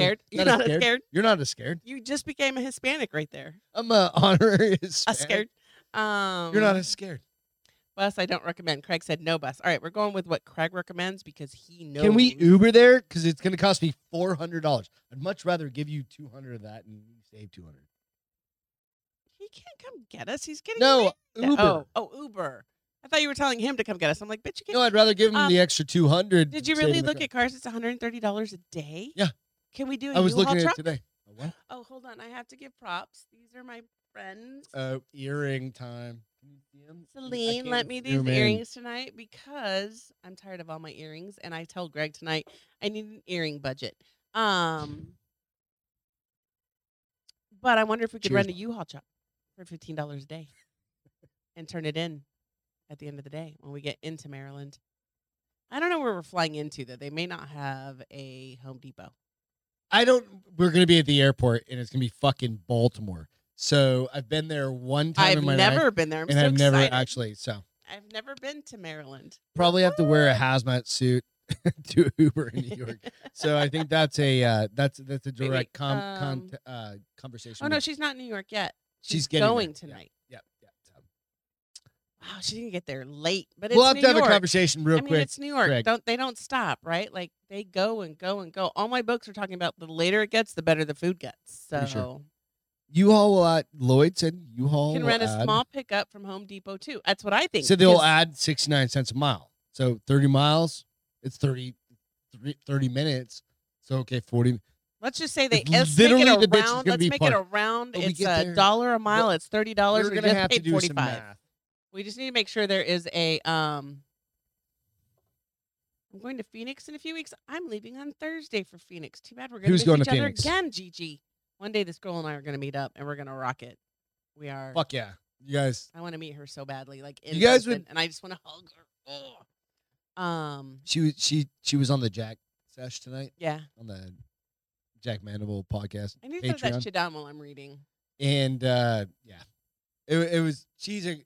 S4: Not a-
S3: scared. You're
S4: not a
S3: not a
S4: scared.
S3: scared.
S4: You're not as scared.
S3: You just became a Hispanic right there.
S4: I'm a honorary
S3: A
S4: Hispanic.
S3: scared. Um,
S4: You're not as scared.
S3: bus. I don't recommend. Craig said no bus. All right, we're going with what Craig recommends because he knows.
S4: Can we Uber there? Because it's going to cost me four hundred dollars. I'd much rather give you two hundred of that and you save two hundred.
S3: He can't come get us. He's getting
S4: No uh,
S3: away.
S4: Uber.
S3: Oh, oh, Uber. I thought you were telling him to come get us. I'm like, bitch, you can't.
S4: No, I'd rather give him
S3: Um,
S4: the extra two hundred.
S3: Did you really look at cars? It's 130 dollars a day.
S4: Yeah.
S3: Can we do a
S4: I was
S3: U-Haul
S4: looking at
S3: truck?
S4: it today. A What?
S3: Oh, hold on. I have to give props. These are my friends.
S4: Uh, earring time. Can you see 'em? I
S3: Celine
S4: can't
S3: lent me these
S4: zoom in.
S3: earrings tonight because I'm tired of all my earrings, and I told Greg tonight I need an earring budget. Um, but I wonder if we could run a
S4: Cheers,
S3: U-Haul shop for fifteen dollars a day and turn it in at the end of the day when we get into Maryland. I don't know where we're flying into though. They may not have a Home Depot.
S4: I don't. We're gonna be at the airport, and it's gonna be fucking Baltimore. So I've been there one time
S3: I've
S4: in my
S3: never
S4: life,
S3: been there. I'm
S4: and
S3: so
S4: I've
S3: excited.
S4: never actually. So
S3: I've never been to Maryland.
S4: probably have to wear a hazmat suit to Uber in New York. so I think that's a uh, that's that's a
S3: Maybe,
S4: direct com-
S3: um,
S4: con- uh, conversation.
S3: Oh no,
S4: with-
S3: she's not in New York yet.
S4: She's
S3: She's,
S4: getting
S3: going
S4: there, yeah.
S3: tonight.
S4: yeah, yeah. so.
S3: Wow, she didn't get there late, but it's
S4: We'll have
S3: New
S4: to have
S3: York.
S4: a conversation real
S3: I mean,
S4: quick.
S3: it's New York.
S4: Greg.
S3: Don't they don't stop, right? Like they go and go and go. All my books are talking about the later it gets, the better the food gets. So
S4: Pretty sure. U-Haul will add Lloyd's and U-Haul
S3: you can
S4: will
S3: rent a
S4: add-
S3: small pickup from Home Depot too. That's what I think.
S4: So they'll
S3: because-
S4: add 69 cents a mile. So 30 miles, it's 30, 30, 30 minutes. So, okay, 40.
S3: Let's just say they
S4: It's
S3: let's make
S4: literally
S3: it
S4: the bitch is
S3: around.
S4: gonna
S3: Let's
S4: be
S3: make it
S4: parked.
S3: around.
S4: But we
S3: it's
S4: get
S3: a
S4: there-
S3: dollar a mile. It's thirty dollars.
S4: We're
S3: We
S4: going to
S3: just
S4: have to
S3: paid
S4: do
S3: forty
S4: some
S3: five.
S4: math.
S3: We just need to make sure there is a um I'm going to Phoenix in a few weeks. I'm leaving on Thursday for Phoenix. Too bad we're gonna
S4: Who's
S3: miss
S4: going
S3: each
S4: to
S3: other
S4: Phoenix?
S3: again, Gigi. One day this girl and I are gonna meet up and we're gonna rock it. We are
S4: Fuck yeah. You guys,
S3: I wanna meet her so badly. Like in
S4: You guys
S3: person,
S4: would-
S3: and I just wanna hug her. Ugh. Um
S4: she was, she, she was on the Jack Sesh tonight
S3: yeah.
S4: on the Jack Mandible podcast.
S3: I need to put that
S4: Patreon.
S3: shit down while I'm reading.
S4: And uh, yeah, it, it was, she's a,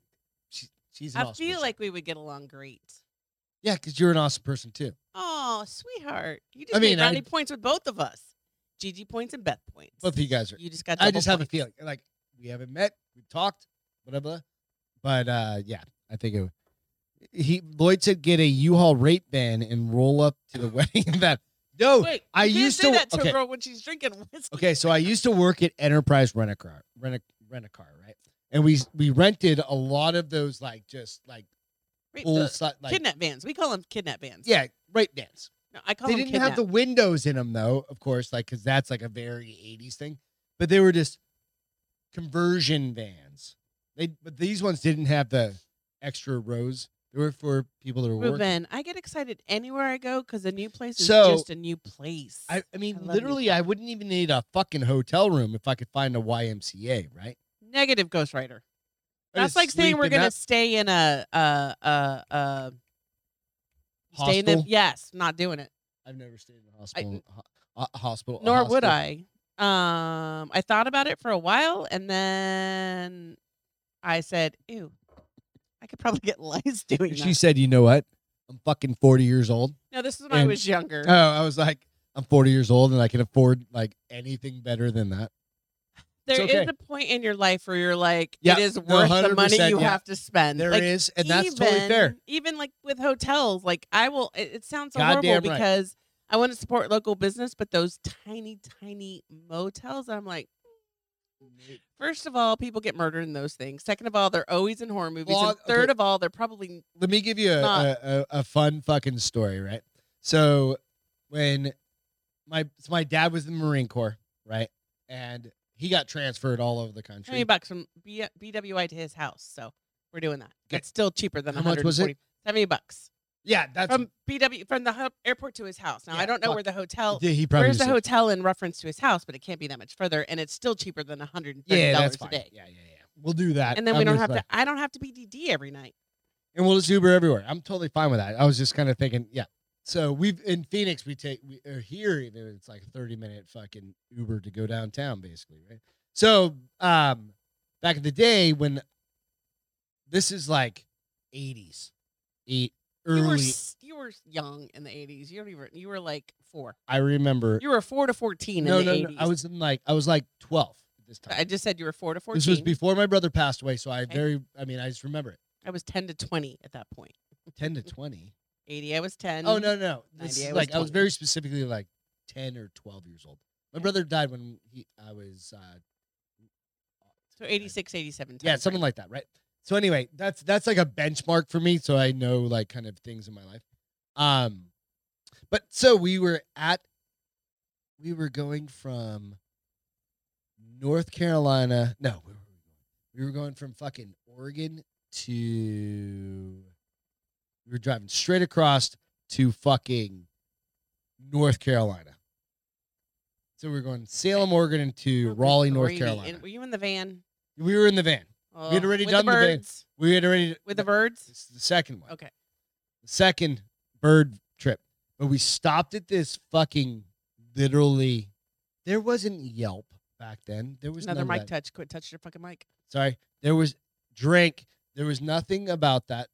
S4: she, she's an
S3: I
S4: awesome
S3: feel
S4: person.
S3: like we would get along great.
S4: yeah, because you're an awesome person too.
S3: Oh, sweetheart. You just
S4: I mean,
S3: made brownie
S4: I-
S3: points with both of us. Gigi points and Beth points.
S4: Both of you guys are
S3: You just got
S4: I
S3: double
S4: just have a
S3: points.
S4: feeling. Like we haven't met, we've talked, blah blah. But uh, yeah, I think it. He Lloyd said get a U-Haul rape van and roll up to the wedding event. No,
S3: Wait,
S4: I
S3: you can't
S4: used
S3: say
S4: to-
S3: that to
S4: okay.
S3: a girl when she's drinking whiskey.
S4: okay. So I used to work at Enterprise Rent a Car, rent a rent a car, right? And we we rented a lot of those like just like
S3: Rape
S4: full
S3: the-
S4: si- like
S3: kidnap vans. We call them kidnap vans.
S4: yeah rape vans.
S3: no, I call
S4: they
S3: them
S4: didn't
S3: kidnap.
S4: have the windows in them though of course like because that's like a very 80s thing but they were just conversion vans they but these ones didn't have the extra rows they were for people that were working
S3: Ruben, I get excited anywhere I go because a new place is
S4: So,
S3: just a new place.
S4: I, I mean
S3: I love these
S4: literally i wouldn't even need a fucking hotel room if i could find a ymca right
S3: Negative ghostwriter.
S4: I
S3: That's
S4: just
S3: like saying
S4: sleep
S3: we're
S4: in
S3: gonna
S4: that-
S3: stay in a uh uh uh stay in the
S4: Hostel?
S3: yes, not doing it.
S4: i've never stayed in a hospital ho- a hospital a
S3: Nor would
S4: hospital.
S3: I. Um I thought about it for a while and then I said, Ew, I could probably get lice doing
S4: she
S3: that.
S4: said you know what i'm fucking 40 years old
S3: No, this is when I
S4: and-
S3: was younger.
S4: oh i was like i'm 40 years old and i can afford like anything better than that
S3: There is
S4: okay.
S3: a point in your life where you're like,
S4: Yeah,
S3: it is
S4: no,
S3: worth the money
S4: 100%,
S3: you
S4: yeah.
S3: have to spend.
S4: There is,
S3: like,
S4: and that's totally fair.
S3: even- Even like with hotels, like I will. It, it sounds so horrible
S4: Goddamn right.
S3: because I want to support local business, but those tiny, tiny motels, I'm like. First of all, people get murdered in those things. Second of all, they're always in horror movies.
S4: Well,
S3: and third of all, they're probably
S4: Let me give you a,
S3: Not-
S4: a, a, a fun fucking story, right? So when my so my dad was in the Marine Corps, right, and he got transferred all over the
S3: how many
S4: country.
S3: bucks from B- BWI to his house. So we're doing that.
S4: Okay.
S3: It's still cheaper than
S4: How much was it?
S3: 140 70 bucks
S4: Yeah, that's
S3: from BW from the hub airport to his house. Now
S4: Yeah,
S3: I don't know
S4: fuck.
S3: where the hotel
S4: yeah, he probably
S3: Where's the
S4: just-
S3: hotel in reference to his house? But it can't be that much further, and it's still cheaper than one hundred and thirty
S4: Yeah,
S3: dollars
S4: that's
S3: a
S4: fine.
S3: day.
S4: Yeah, yeah, yeah. We'll do that,
S3: And then we
S4: I'm
S3: don't
S4: just
S3: have
S4: like-
S3: to. I don't have to be DD every night.
S4: and we'll just Uber everywhere. I'm totally fine with that. I was just kind of thinking, yeah. So we've in Phoenix, we take we or here even it's like a 30 minute fucking Uber to go downtown, basically, right? So um back in the day when this is like 80s, eight
S3: You were
S4: early.
S3: s- you were young in the eighties. You don't even. You were like four.
S4: I remember.
S3: You were four to fourteen
S4: no,
S3: in the
S4: no,
S3: eighties.
S4: no. I was in like I was like 12 at this time.
S3: I just said you were four to fourteen.
S4: this was before my brother passed away, so I
S3: Okay.
S4: very I mean I just remember it.
S3: I was ten to twenty at that point.
S4: 10
S3: Mm.
S4: to 20.
S3: Eighty. I was ten.
S4: Oh no, no. This
S3: 98
S4: is
S3: was
S4: like I was
S3: 20.
S4: very specifically like ten or twelve years old.
S3: Eh.
S4: My brother died when he I was uh,
S3: So 86, 87
S4: yeah,
S3: timeframe.
S4: something like that, right? So anyway, that's that's like a benchmark for me, so I know like kind of things in my life. Um, but so we were at we were going from North Carolina. No, where were we going? We were going from fucking Oregon to we were driving straight across to fucking North Carolina. So we were going Salem, Oregon, and to
S3: Oh, good
S4: Raleigh, North
S3: gravy.
S4: Carolina.
S3: And were you in the van?
S4: we were in the van.
S3: Oh,
S4: already
S3: with
S4: done the
S3: the
S4: van.
S3: birds.
S4: We had already
S3: With the birds.
S4: It's the second one.
S3: Okay.
S4: The second bird trip. But we stopped at this fucking literally There wasn't Yelp back then. There was
S3: Another
S4: none of that.
S3: mic touch. Quit touching your fucking mic.
S4: Sorry. There was drink. There was nothing about that.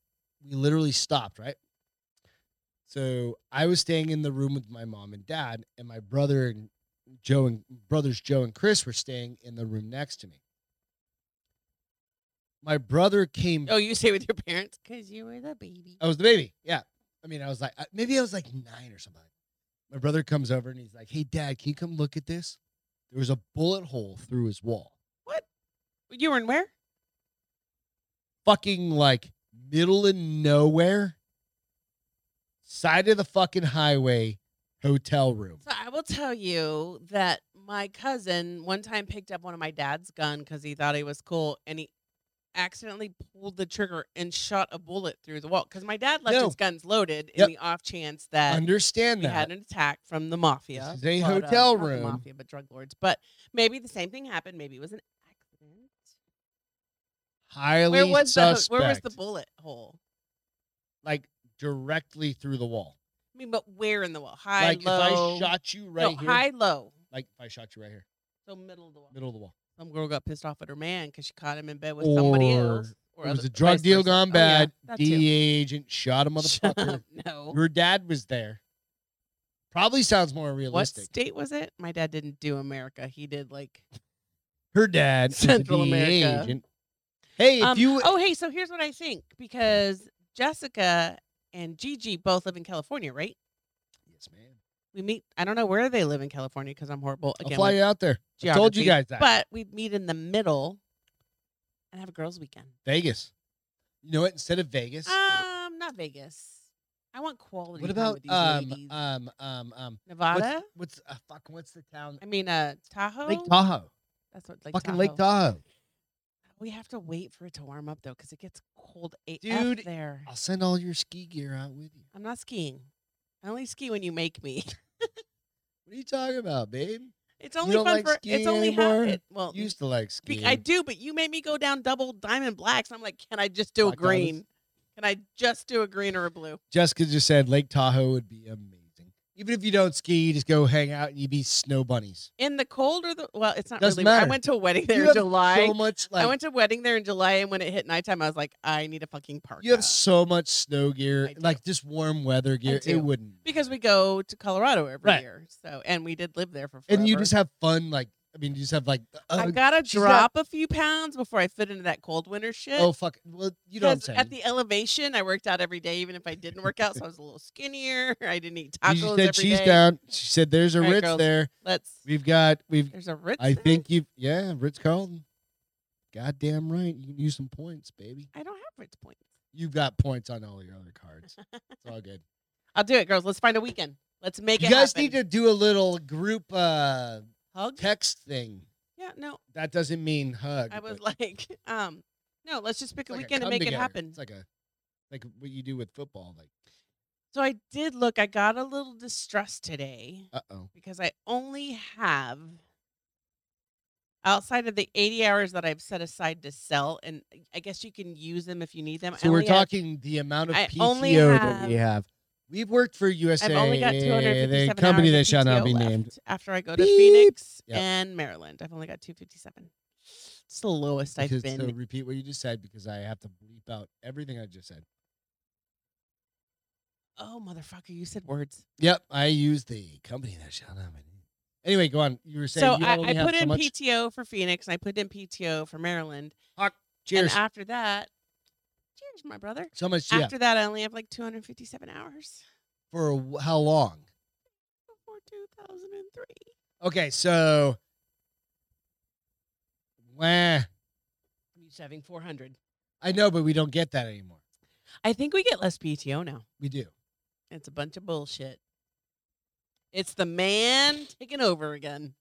S4: We literally stopped, right? So I was staying in the room with my mom and dad, and my brother and Joe and brothers Joe and Chris were staying in the room next to me. My brother came.
S3: Oh, you stay with your parents because you were the baby.
S4: I was the baby. Yeah. I mean, I was like, I- maybe I was like nine or something. My brother comes over and he's like, hey, dad, can you come look at this? There was a bullet hole through his wall.
S3: You were in where?
S4: fucking like middle of nowhere, side of the fucking highway, hotel room.
S3: So I will tell you that my cousin one time picked up one of my dad's gun because he thought he was cool, and he accidentally pulled the trigger and shot a bullet through the wall. Because my dad left
S4: No.
S3: his guns loaded
S4: Yep.
S3: in the off chance that
S4: Understand
S3: we had
S4: that.
S3: an attack from the mafia.
S4: This is a
S3: but, uh,
S4: hotel
S3: not the
S4: room.
S3: mafia, but drug lords. But maybe the same thing happened. Maybe it was an accident.
S4: Highly
S3: Where was
S4: suspect.
S3: the ho- where was the bullet hole?
S4: like directly through the wall.
S3: I mean, but where in the wall? High,
S4: like
S3: low.
S4: if I shot you right
S3: no,
S4: here.
S3: high, low.
S4: Like if I shot you right here,
S3: So middle of the wall.
S4: middle of the wall.
S3: Some girl got pissed off at her man because she caught him in bed with somebody else. Or
S4: it was
S3: other-
S4: a drug
S3: vice
S4: deal
S3: versa.
S4: gone
S3: Oh, yeah,
S4: bad.
S3: that too.
S4: DEA agent shot a
S3: Shut
S4: motherfucker.
S3: up, No.
S4: Your dad was there. Probably sounds more
S3: What
S4: realistic.
S3: state was it? My dad didn't do America. He did like.
S4: Her dad, was a
S3: Central
S4: DEA
S3: America.
S4: agent. Hey, if
S3: Um,
S4: you
S3: oh, hey. So here's what I think because Jessica and Gigi both live in California, right?
S4: Yes, man.
S3: We meet. I don't know where they live in California because I'm horrible. Again,
S4: I'll fly
S3: with
S4: you out there. I told you guys
S3: geography,
S4: that.
S3: But we meet in the middle and have a girls' weekend.
S4: Vegas. You know what? Instead of Vegas,
S3: Um, not Vegas. I want quality.
S4: what
S3: time
S4: about
S3: with these
S4: um,
S3: ladies.
S4: um um um what's-
S3: Nevada?
S4: What's, uh, fuck? What's the town?
S3: I mean, uh, Tahoe.
S4: Lake Tahoe.
S3: That's what like
S4: Fucking Lake Tahoe.
S3: We have to wait for it to warm up though, because it gets cold AF
S4: Dude,
S3: there.
S4: I'll send all your ski gear out with you.
S3: I'm not skiing. I only ski when you make me.
S4: What are you talking about, babe?
S3: It's only
S4: don't
S3: fun
S4: like
S3: for
S4: skiing
S3: it's only half.
S4: anymore?
S3: It, well,
S4: You used to like
S3: speak,
S4: skiing.
S3: I do, but you made me go down double diamond blacks. I'm like, can I just do a
S4: Black diamonds?
S3: green? Can I just do a green or a blue?
S4: Jessica just said Lake Tahoe would be amazing. Even if you don't ski, you just go hang out and you be snow bunnies.
S3: In the cold or the well, it's not
S4: Doesn't
S3: really. I
S4: matter.
S3: went to a wedding
S4: You
S3: there in
S4: have
S3: July.
S4: So much like
S3: I went to a wedding there in July, and when it hit nighttime, I was like, I need a fucking park.
S4: you have so much snow gear,
S3: I do.
S4: like just warm weather gear. It
S3: do.
S4: wouldn't
S3: because we go to Colorado every
S4: Right.
S3: year. So and we did live there for forever.
S4: and you just have fun. Like I mean, you just have like uh,
S3: I gotta
S4: she's got-
S3: drop a few pounds before I fit into that cold winter shit.
S4: oh fuck. Well, you know what I'm
S3: 'Cause
S4: saying.
S3: at the elevation, I worked out every day, even if I didn't work out, so I was a little skinnier. I didn't eat
S4: you
S3: tacos
S4: just
S3: every
S4: said she's
S3: day.
S4: down. She said there's a
S3: All right,
S4: Ritz
S3: girls.
S4: there.
S3: Let's.
S4: We've got we've.
S3: There's a Ritz.
S4: I
S3: there?
S4: think you yeah Ritz Carlton. Goddamn right. You can use some points, baby.
S3: I don't have Ritz points.
S4: You've got points on all your other cards. It's all good.
S3: I'll do it, girls. Let's find a weekend. Let's make
S4: you
S3: it.
S4: guys
S3: happen.
S4: need to do a little group uh
S3: hug.
S4: text thing.
S3: Yeah, no,
S4: That doesn't mean hug.
S3: I was
S4: but
S3: like, um, no, let's just pick
S4: it's like
S3: a weekend and
S4: come
S3: make
S4: together.
S3: it happen.
S4: It's like a like what you do with football. Like
S3: so I did look. I got a little distressed today.
S4: uh oh.
S3: because I only have outside of the 80 hours that I've set aside to sell, and I guess you can use them if you need them. I
S4: So we're
S3: only have-
S4: talking the amount of
S3: I
S4: PTO
S3: only
S4: that we
S3: have-
S4: have. We've worked for USA,
S3: I've only got
S4: the
S3: 257
S4: company that
S3: hours of
S4: shall not
S3: PTO
S4: be
S3: left
S4: named.
S3: after I go to
S4: Beep.
S3: Phoenix
S4: Yep.
S3: and Maryland. I've only got 257. It's the lowest
S4: Because,
S3: I've been.
S4: So repeat what you just said because I have to bleep out everything I just said.
S3: oh, motherfucker, you said words.
S4: Yep, I use the company that shall not be named. Anyway, go on. You were saying
S3: So
S4: you
S3: I,
S4: only
S3: I
S4: have
S3: put
S4: so
S3: in
S4: much.
S3: PTO for Phoenix and I put in PTO for Maryland.
S4: Cheers.
S3: And after that, cheers, my brother.
S4: so much. Yeah.
S3: After that, I only have like 257 hours
S4: For a wh- how long?
S3: before 2003.
S4: Okay, so. Wah.
S3: I'm used to having 400.
S4: I know, but we don't get that anymore.
S3: I think we get less PTO now.
S4: We do.
S3: It's a bunch of bullshit. It's the man taking over again.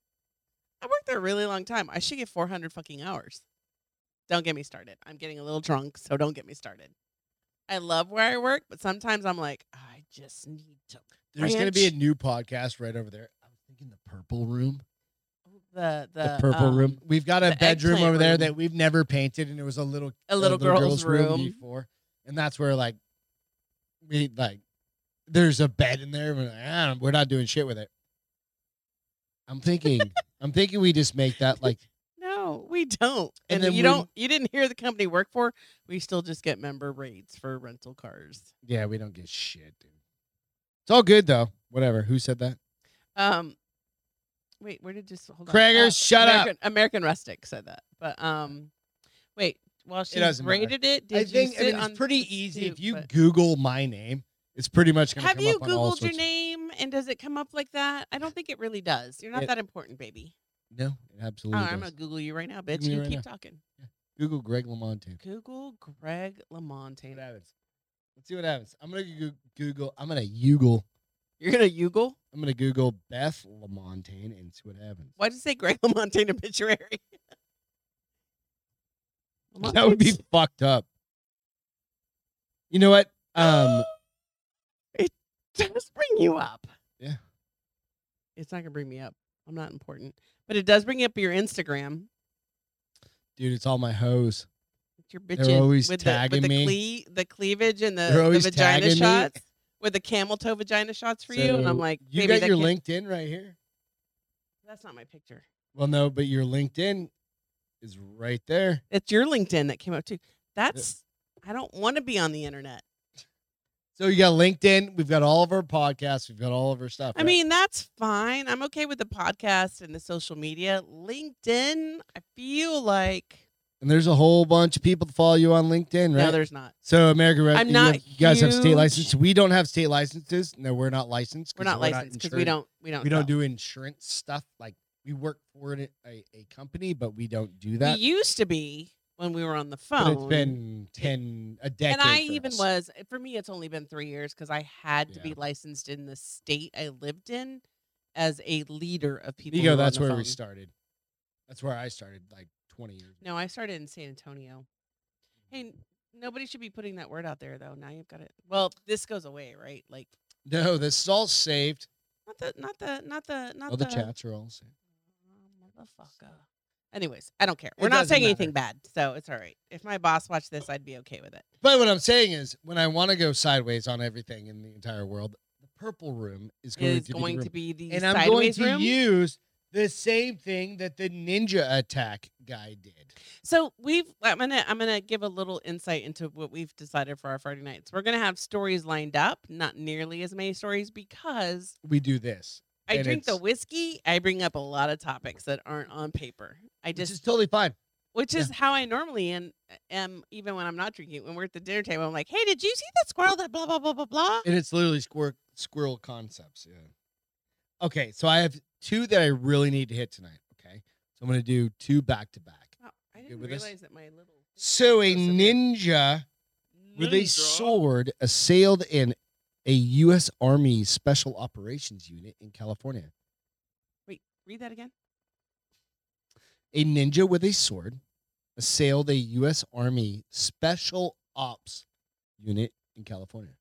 S3: I worked there a really long time. I should get 400 fucking hours. Don't get me started. I'm getting a little drunk, so don't get me started. I love where I work, but sometimes I'm like, I just need to.
S4: There's going to be a
S3: branch."
S4: new podcast right over there. I'm thinking the Purple Room.
S3: the
S4: the
S3: the,
S4: purple room.
S3: um,
S4: We've got a
S3: the
S4: bedroom
S3: eggplant
S4: over there
S3: room.
S4: that we've never painted, and it was a little
S3: A little girl's room.
S4: before, and that's where like we like there's a bed in there. and We're like, ah, we're not doing shit with it. I'm thinking, I'm thinking we just make that like
S3: No, we don't.
S4: And
S3: And,
S4: then
S3: you
S4: we-
S3: don't. You didn't hear the company work for. We still just get member rates for rental cars.
S4: Yeah, we don't get shit, dude. It's all good though. Whatever. Who said that?
S3: Um, wait, where did this? Hold
S4: Craigers,
S3: on. Oh,
S4: shut up.
S3: American, American Rustic said that, but um, wait. While she
S4: doesn't matter.
S3: rated it, did
S4: I
S3: you
S4: think I
S3: sit
S4: mean,
S3: on
S4: it's pretty
S3: the
S4: easy.
S3: suit,
S4: if you
S3: but-
S4: Google my name, it's pretty much gonna
S3: have
S4: come
S3: you
S4: up on all
S3: googled your
S4: sorts-
S3: name and does it come up like that? I don't think it really does. You're not
S4: It-
S3: that important, baby.
S4: No, it
S3: Oh,
S4: absolutely.
S3: I'm
S4: does.
S3: gonna Google you right now,
S4: Google
S3: bitch.
S4: me
S3: You
S4: right
S3: keep
S4: now.
S3: talking.
S4: Google Greg Lamonte.
S3: Google Greg
S4: See
S3: Lamonte.
S4: what happens. Let's see what happens. I'm gonna goo- Google. I'm gonna Google.
S3: You're gonna Google.
S4: I'm gonna Google Beth Lamontagne and see what happens.
S3: Why did you say Greg LaMontagne obituary?
S4: That would be
S3: LaMontagne's-
S4: fucked up. You know what? Um,
S3: does bring you up.
S4: Yeah.
S3: It's not gonna bring me up. I'm not important, but it does bring up your Instagram.
S4: dude, it's all my hoes.
S3: It's your
S4: They're
S3: bitches
S4: always
S3: with
S4: tagging
S3: the, with the,
S4: me.
S3: cle- the cleavage and the,
S4: They're
S3: the
S4: always
S3: vagina
S4: tagging me.
S3: shots with the camel toe vagina shots for you, and I'm
S4: So,
S3: like,
S4: you
S3: "Baby,
S4: got
S3: that
S4: your
S3: can't-
S4: LinkedIn right here.
S3: That's not my picture.
S4: Well, no, but your LinkedIn is right there.
S3: It's your LinkedIn that came up too. That's I don't want to be on the internet.
S4: So you got LinkedIn. We've got all of our podcasts. We've got all of our stuff.
S3: I
S4: right?
S3: mean, that's fine. I'm okay with the podcast and the social media. LinkedIn, I feel like
S4: and there's a whole bunch of people that follow you on LinkedIn,
S3: no,
S4: right?
S3: there's not.
S4: so American, Red,
S3: I'm
S4: you,
S3: not
S4: have- you guys have state
S3: huge.
S4: licenses. We don't have state licenses. No, we're not licensed.
S3: We're
S4: 'cause
S3: not licensed because we
S4: insured.
S3: don't we don't
S4: We don't
S3: sell.
S4: do insurance stuff. Like we work for an, a a company, but we don't do that.
S3: We used to be when we were on the phone.
S4: but it's been ten a decade.
S3: and I
S4: for
S3: even
S4: us.
S3: was for me. It's only been three years because I had to
S4: Yeah.
S3: be licensed in the state I lived in as a leader of people.
S4: You
S3: who
S4: go.
S3: were on
S4: That's
S3: the
S4: where
S3: phone.
S4: we started. That's where I started, like twenty years.
S3: No, I started in San Antonio. Hey, n- nobody should be putting that word out there though. Now you've got it. Well, this goes away, right? Like
S4: No, this is all saved.
S3: not the not the not the not
S4: All the chats are all saved.
S3: Oh, Motherfucker. Anyways, I don't care. We're
S4: It
S3: not
S4: doesn't
S3: saying anything bad, so it's all right. If my boss watched this, I'd be okay with it.
S4: But what I'm saying is, when I want to go sideways on everything in the entire world, the purple room is going
S3: Is
S4: to
S3: going
S4: be
S3: to
S4: the room.
S3: be the
S4: and I'm going
S3: sideways
S4: to
S3: room.
S4: use the same thing that the ninja attack guy did.
S3: So we've I'm gonna I'm gonna give a little insight into what we've decided for our Friday nights. We're gonna have stories lined up, not nearly as many stories because
S4: We do this.
S3: I
S4: And
S3: drink the
S4: it's-
S3: whiskey. I bring up a lot of topics that aren't on paper. I
S4: Which is
S3: just
S4: totally fine.
S3: which
S4: yeah.
S3: is how I normally and am even when I'm not drinking. When we're at the dinner table, I'm like, hey, did you see that squirrel? That blah blah blah blah blah.
S4: And it's literally squirrel squirrel concepts. Yeah. Okay, so I have two that I really need to hit tonight. Okay, so I'm going to do two back to back.
S3: Wow, Oh, I
S4: good
S3: didn't
S4: with this?
S3: realize that my little
S4: So a
S3: Listen,
S4: ninja. with a sword assailed in a U.S. Army Special Operations Unit in California.
S3: Wait, read that again.
S4: A ninja with a sword assailed a U.S. Army Special Ops Unit in California.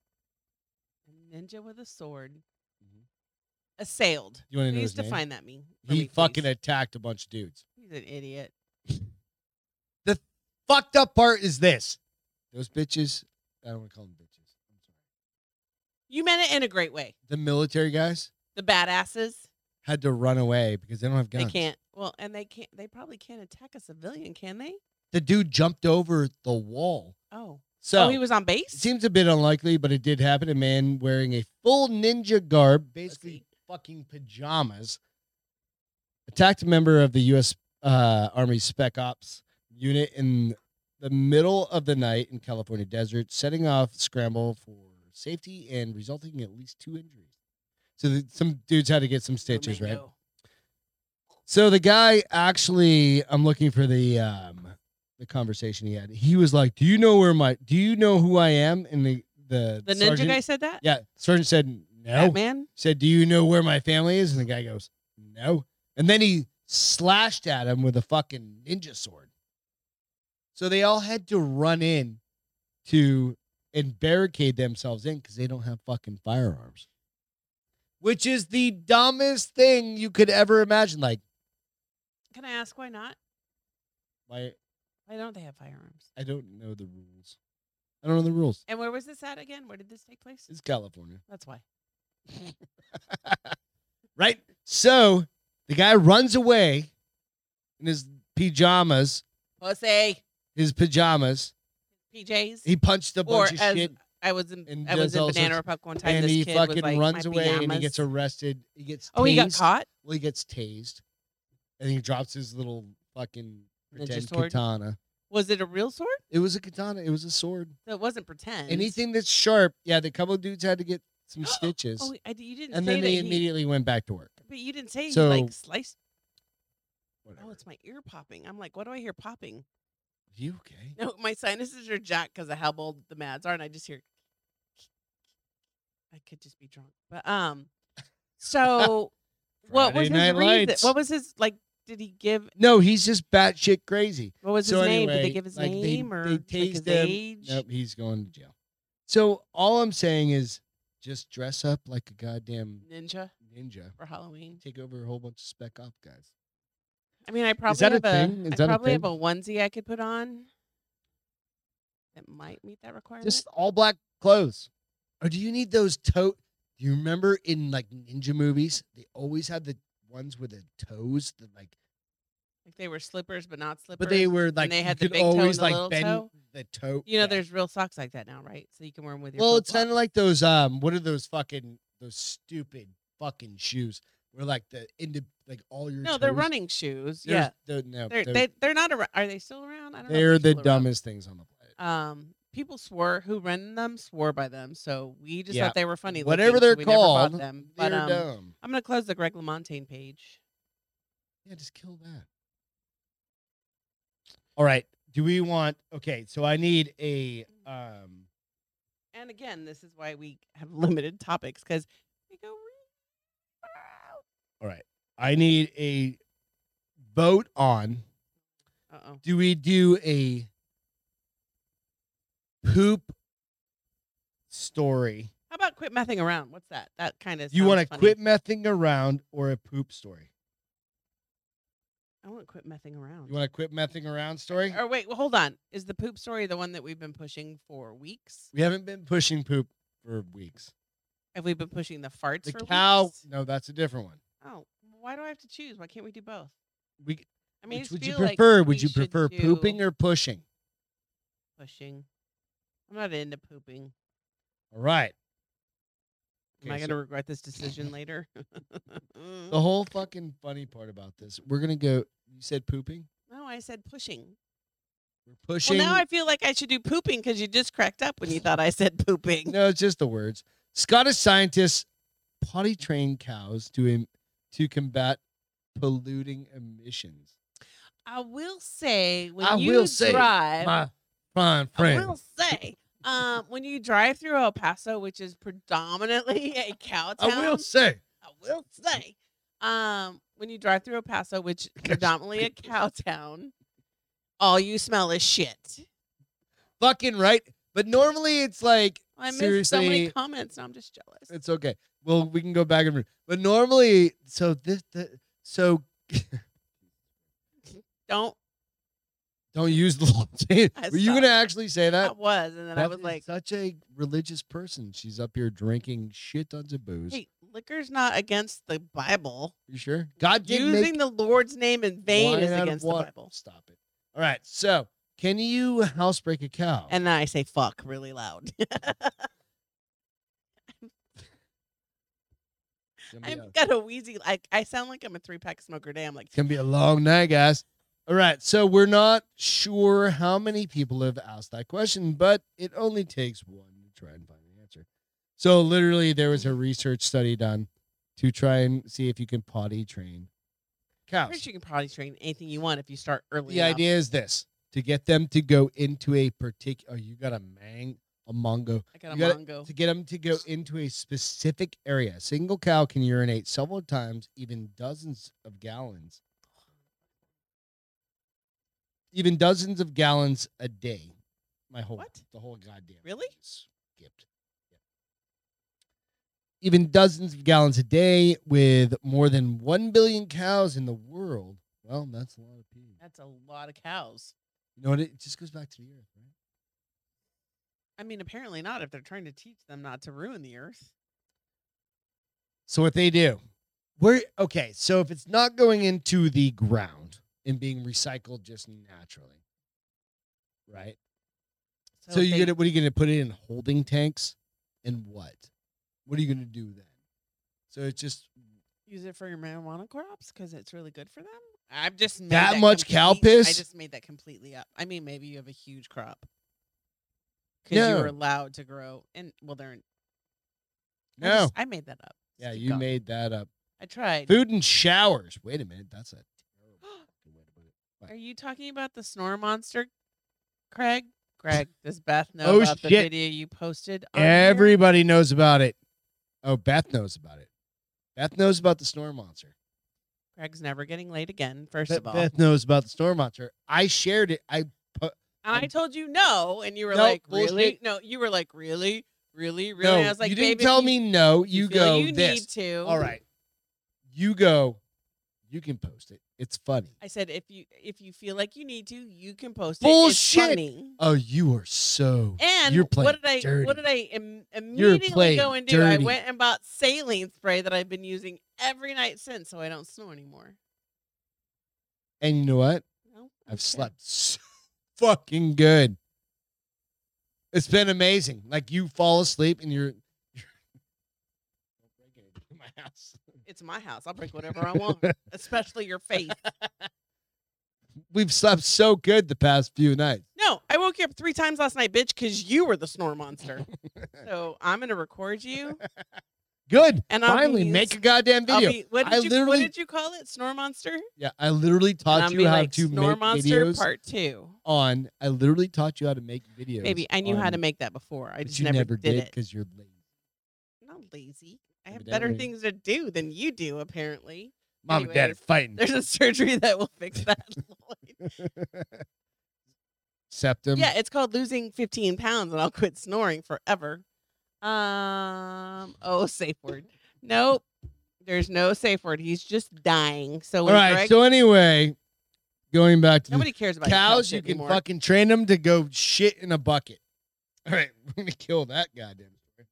S3: A ninja with a sword
S4: Mhm.
S3: assailed.
S4: You want to know
S3: Please
S4: his name?
S3: define that mean. for
S4: He
S3: me,
S4: fucking
S3: please.
S4: attacked a bunch of dudes.
S3: He's an idiot.
S4: Fucked up part is this: those bitches. I don't want to call them bitches. I'm sorry.
S3: You meant it in a great way.
S4: The military guys
S3: The badasses,
S4: had to run away because they don't have guns.
S3: they can't. Well, and they can't. They probably can't attack a civilian, can they?
S4: The dude jumped over the wall.
S3: Oh,
S4: So
S3: oh, he was on base.
S4: It seems a bit unlikely, but it did happen. A man wearing a full ninja garb, basically
S3: Pussy.
S4: fucking pajamas, attacked a member of the U.S. Uh, Army Spec Ops unit in the middle of the night in California desert, setting off scramble for safety and resulting in at least two injuries. So the, some dudes had to get some stitches, right?
S3: Flamingo.
S4: So the guy actually, I'm looking for the um the conversation he had. He was like, "Do you know where my? Do you know who I am?" And the the
S3: The ninja
S4: sergeant,
S3: guy said that.
S4: yeah, sergeant said no.
S3: That man.
S4: Said, "Do you know where my family is?" And the guy goes, "No." And then he slashed at him with a fucking ninja sword. So they all had to run in to and barricade themselves in because they don't have fucking firearms, which is the dumbest thing you could ever imagine. Like.
S3: Can I ask why not?
S4: Why
S3: Why don't they have firearms?
S4: I don't know the rules. I don't know the rules.
S3: And where was this at again? Where did this take place?
S4: It's California.
S3: That's why.
S4: right? So The guy runs away in his pajamas,
S3: Pussy.
S4: his pajamas.
S3: PJs.
S4: He punched a
S3: or
S4: bunch of
S3: as
S4: shit
S3: I was in
S4: and
S3: I was
S4: does
S3: in
S4: all
S3: Banana
S4: sorts-
S3: Republic one time.
S4: and
S3: this
S4: he
S3: kid
S4: fucking
S3: was like,
S4: runs
S3: my
S4: away and he
S3: pajamas.
S4: gets arrested. He gets tased.
S3: Oh, he got caught.
S4: Well, he gets tased. And he drops his little fucking pretend
S3: sword?
S4: katana.
S3: Was it a real sword?
S4: It was a katana. It was a sword.
S3: No, it wasn't pretend.
S4: Anything that's sharp, yeah, the couple dudes had to get some stitches.
S3: Oh, I, you didn't.
S4: and
S3: say
S4: then
S3: that
S4: they
S3: he-
S4: immediately went back to work.
S3: But you didn't say he
S4: So-
S3: like sliced. Oh,
S4: Whatever.
S3: it's my ear popping. I'm like, what do I hear popping?
S4: You okay?
S3: No, my sinuses are jacked because of how bold the Mads are, and I just hear. I could just be drunk, but um, so what was
S4: Friday Night
S3: his reason?
S4: Lights.
S3: What was his like? Did he give?
S4: No, he's just batshit crazy.
S3: What was
S4: So
S3: his name? Did
S4: anyway,
S3: they give his
S4: like, they-
S3: name
S4: they
S3: or like, his
S4: tased him.
S3: age?
S4: Nope, he's going to jail. So all I'm saying is just dress up like a goddamn
S3: Ninja
S4: ninja.
S3: for Halloween.
S4: Take over a whole bunch of spec op guys.
S3: I mean, I probably
S4: that a
S3: have
S4: thing? Is that
S3: I
S4: a
S3: probably have a
S4: thing?
S3: onesie I could put on that might meet that requirement.
S4: Just all black clothes. Or do you need those tote? Do you remember in like ninja movies, they always had the ones with the toes that like
S3: like they were slippers, but not slippers.
S4: but they were like
S3: they
S4: you
S3: had the
S4: could
S3: big toe and
S4: always
S3: the
S4: like
S3: little
S4: bend
S3: toe?
S4: the toe.
S3: you know,
S4: yeah.
S3: there's real socks like that now, right? So you can wear them with your.
S4: Well,
S3: flip
S4: it's kind of
S3: flops.
S4: like those um, what are those fucking those stupid fucking shoes? Where like the into like all your
S3: no, they're
S4: toes-
S3: running shoes.
S4: There's
S3: yeah,
S4: the- no,
S3: they're
S4: they're
S3: they, they're not around. Are they still around? I don't know. if
S4: they're the
S3: they're still around.
S4: dumbest things on the planet.
S3: Um, people swore who ran them swore by them, so we just
S4: Yeah.
S3: thought they were funny.
S4: Whatever
S3: looking,
S4: they're
S3: so we never bought
S4: called,
S3: them. But
S4: They're
S3: um,
S4: dumb.
S3: I'm gonna close the Greg LaMontagne page.
S4: Yeah, just kill that. All right. Do we want? Okay, so I need a um.
S3: And again, this is why we have limited topics because we go. re-
S4: All right, I need a vote on.
S3: Uh oh.
S4: Do we do a poop story?
S3: How about quit messing around? What's that? That kind of.
S4: You want to quit messing around or a poop story?
S3: I want to quit messing around.
S4: You want to quit messing around story?
S3: Or wait, well, hold on. Is the poop story the one that we've been pushing for weeks?
S4: We haven't been pushing poop for weeks.
S3: Have we been pushing the farts
S4: The
S3: for
S4: cow.
S3: weeks?
S4: No, that's a different one.
S3: Oh, why do I have to choose? Why can't we do both?
S4: We.
S3: I mean,
S4: which
S3: I just
S4: would you
S3: feel like
S4: prefer?
S3: we
S4: would you
S3: should
S4: prefer pooping
S3: do
S4: or pushing?
S3: pushing? I'm not into pooping.
S4: All right.
S3: Am I
S4: Okay,
S3: going
S4: so
S3: to regret this decision later?
S4: the whole fucking funny part about this, we're gonna go. You said pooping.
S3: no, I said pushing.
S4: We're pushing.
S3: Well, now I feel like I should do pooping because you just cracked up when you thought I said pooping.
S4: No, it's just the words. Scottish scientists potty train cows to Im- to combat polluting emissions.
S3: I will say when
S4: I
S3: you
S4: will say,
S3: drive,
S4: My fine
S3: I
S4: friend.
S3: will say um, when you drive through El Paso, which is predominantly a cow town,
S4: I will say.
S3: I will say, um, when you drive through El Paso, which is predominantly a cow town, all you smell is shit.
S4: Fucking right. But normally it's like
S3: I missed so many
S4: seriously,
S3: comments. Now I'm just jealous.
S4: it's okay. Well, we can go back and re- but normally so this the, so
S3: Don't
S4: don't use the law.
S3: I
S4: Were you
S3: suck.
S4: gonna actually say
S3: I
S4: that?
S3: was, and then I
S4: Beth
S3: was
S4: is
S3: like,
S4: such a religious person. She's up here drinking shit tons of booze.
S3: "Hey, liquor's not against the Bible.
S4: You sure? God did make
S3: Using the Lord's name in vain
S4: wine
S3: is
S4: out of
S3: against the
S4: water.
S3: Bible."
S4: Stop it. All right. So, can you housebreak a cow?
S3: And then I say fuck really loud.
S4: it's gonna, be a,
S3: I've got a wheezy. Like I sound like I'm a three pack smoker. Day. I'm like,
S4: it's gonna be a long night, guys. All right. So we're not sure how many people have asked that question, but it only takes one to try and find the answer. So literally, there was a research study done to try and see if you can potty train
S3: I'm
S4: cows.
S3: pretty sure you can probably train anything you want if you start early.
S4: The
S3: enough.
S4: idea is this: to get them to go into a particular. Oh, you got a mang, a mongo.
S3: I got a
S4: you gotta-
S3: mongo.
S4: to get them to go into a specific area. A single cow can urinate several times, even dozens of gallons. Even dozens of gallons a day. My whole
S3: What?
S4: the whole goddamn thing
S3: Really?
S4: is skipped. Yeah. Even dozens of gallons a day with more than 1 billion cows in the world. Well, that's a lot of pee.
S3: That's a lot of cows.
S4: You know what? It just goes back to the earth, right?
S3: I mean, apparently not if they're trying to teach them not to ruin the earth.
S4: So what they do? Where okay, so if it's not going into the ground and being recycled just naturally, right? So,
S3: if
S4: you
S3: they-
S4: gonna what are you gonna put it in holding tanks, and what? What are you gonna do then? So it's just
S3: use it for your marijuana crops because it's really good for them. I've just made
S4: That much cow
S3: complete- I
S4: piss?
S3: just made that completely up. I mean, maybe you have a huge crop because you
S4: No.
S3: were allowed to grow. And well, they're in- I
S4: no.
S3: just- I made that up.
S4: Yeah,
S3: Keep
S4: you
S3: going.
S4: made that up.
S3: I tried.
S4: Food and showers. Wait a minute, that's a terrible fucking way to put it.
S3: Are you talking about the snore monster, Craig? Craig, does Beth know
S4: Oh,
S3: about the
S4: shit.
S3: video you posted? on here?
S4: Everybody knows about it. Oh, Beth knows about it. Beth knows about the snore monster.
S3: Craig's never getting laid again. First
S4: Beth,
S3: of all,
S4: Beth knows about the snore monster. I shared it. I
S3: and I told you no, and you were
S4: No,
S3: like,
S4: bullshit.
S3: really? No, you were like, really, really, really.
S4: no,
S3: And I was like,
S4: you didn't
S3: "Babe, if
S4: tell me no. You,
S3: feel
S4: go
S3: You need
S4: this.
S3: to.
S4: All right, you go. You can post it. It's funny.
S3: I said if you if you feel like you need to, you can post
S4: Bullshit.
S3: it. It's funny.
S4: Oh, you are so.
S3: And
S4: You're playing
S3: what did I
S4: dirty.
S3: what did I Im-
S4: You're
S3: immediately
S4: playing
S3: go and do? I
S4: dirty.
S3: went and bought saline spray that I've been using every night since, so I don't snore anymore.
S4: And you know what?
S3: No, okay.
S4: I've slept so fucking good. It's been amazing. Like you fall asleep and you're. you're Don't break anything in my house.
S3: It's my house. I'll break whatever I want, especially your face.
S4: We've slept so good the past few nights.
S3: No, I woke you up three times last night, bitch, because you were the snore monster. so I'm gonna record you,
S4: Good.
S3: and I'll
S4: Finally,
S3: be,
S4: make a goddamn
S3: I'll
S4: video.
S3: be- what did
S4: I
S3: you what
S4: literally-
S3: did you call it? Snore monster.
S4: yeah, I literally
S3: And
S4: taught
S3: I'll
S4: you
S3: be
S4: how
S3: like,
S4: to
S3: snore
S4: make
S3: monster
S4: videos
S3: part two.
S4: on. I literally taught you how to make videos.
S3: Maybe I knew how
S4: on-
S3: to make that before. I
S4: but
S3: just
S4: you
S3: never, did, it.
S4: because you're lazy.
S3: I'm not lazy. I have better
S4: Evidently.
S3: things to do than you do, apparently.
S4: Mom and dad are
S3: Anyways,
S4: fighting.
S3: There's a surgery that will fix that. Lloyd.
S4: Septum.
S3: yeah, it's called losing 15 pounds and I'll quit snoring forever. Um, oh, safe word. Nope. There's no safe word. He's just dying. So
S4: All
S3: when
S4: right.
S3: Greg-
S4: So anyway, going back to the
S3: nobody cares about your cow
S4: cows, you
S3: shit
S4: can
S3: anymore.
S4: fucking train them to go shit in a bucket. All right, we're gonna kill that goddamn. story.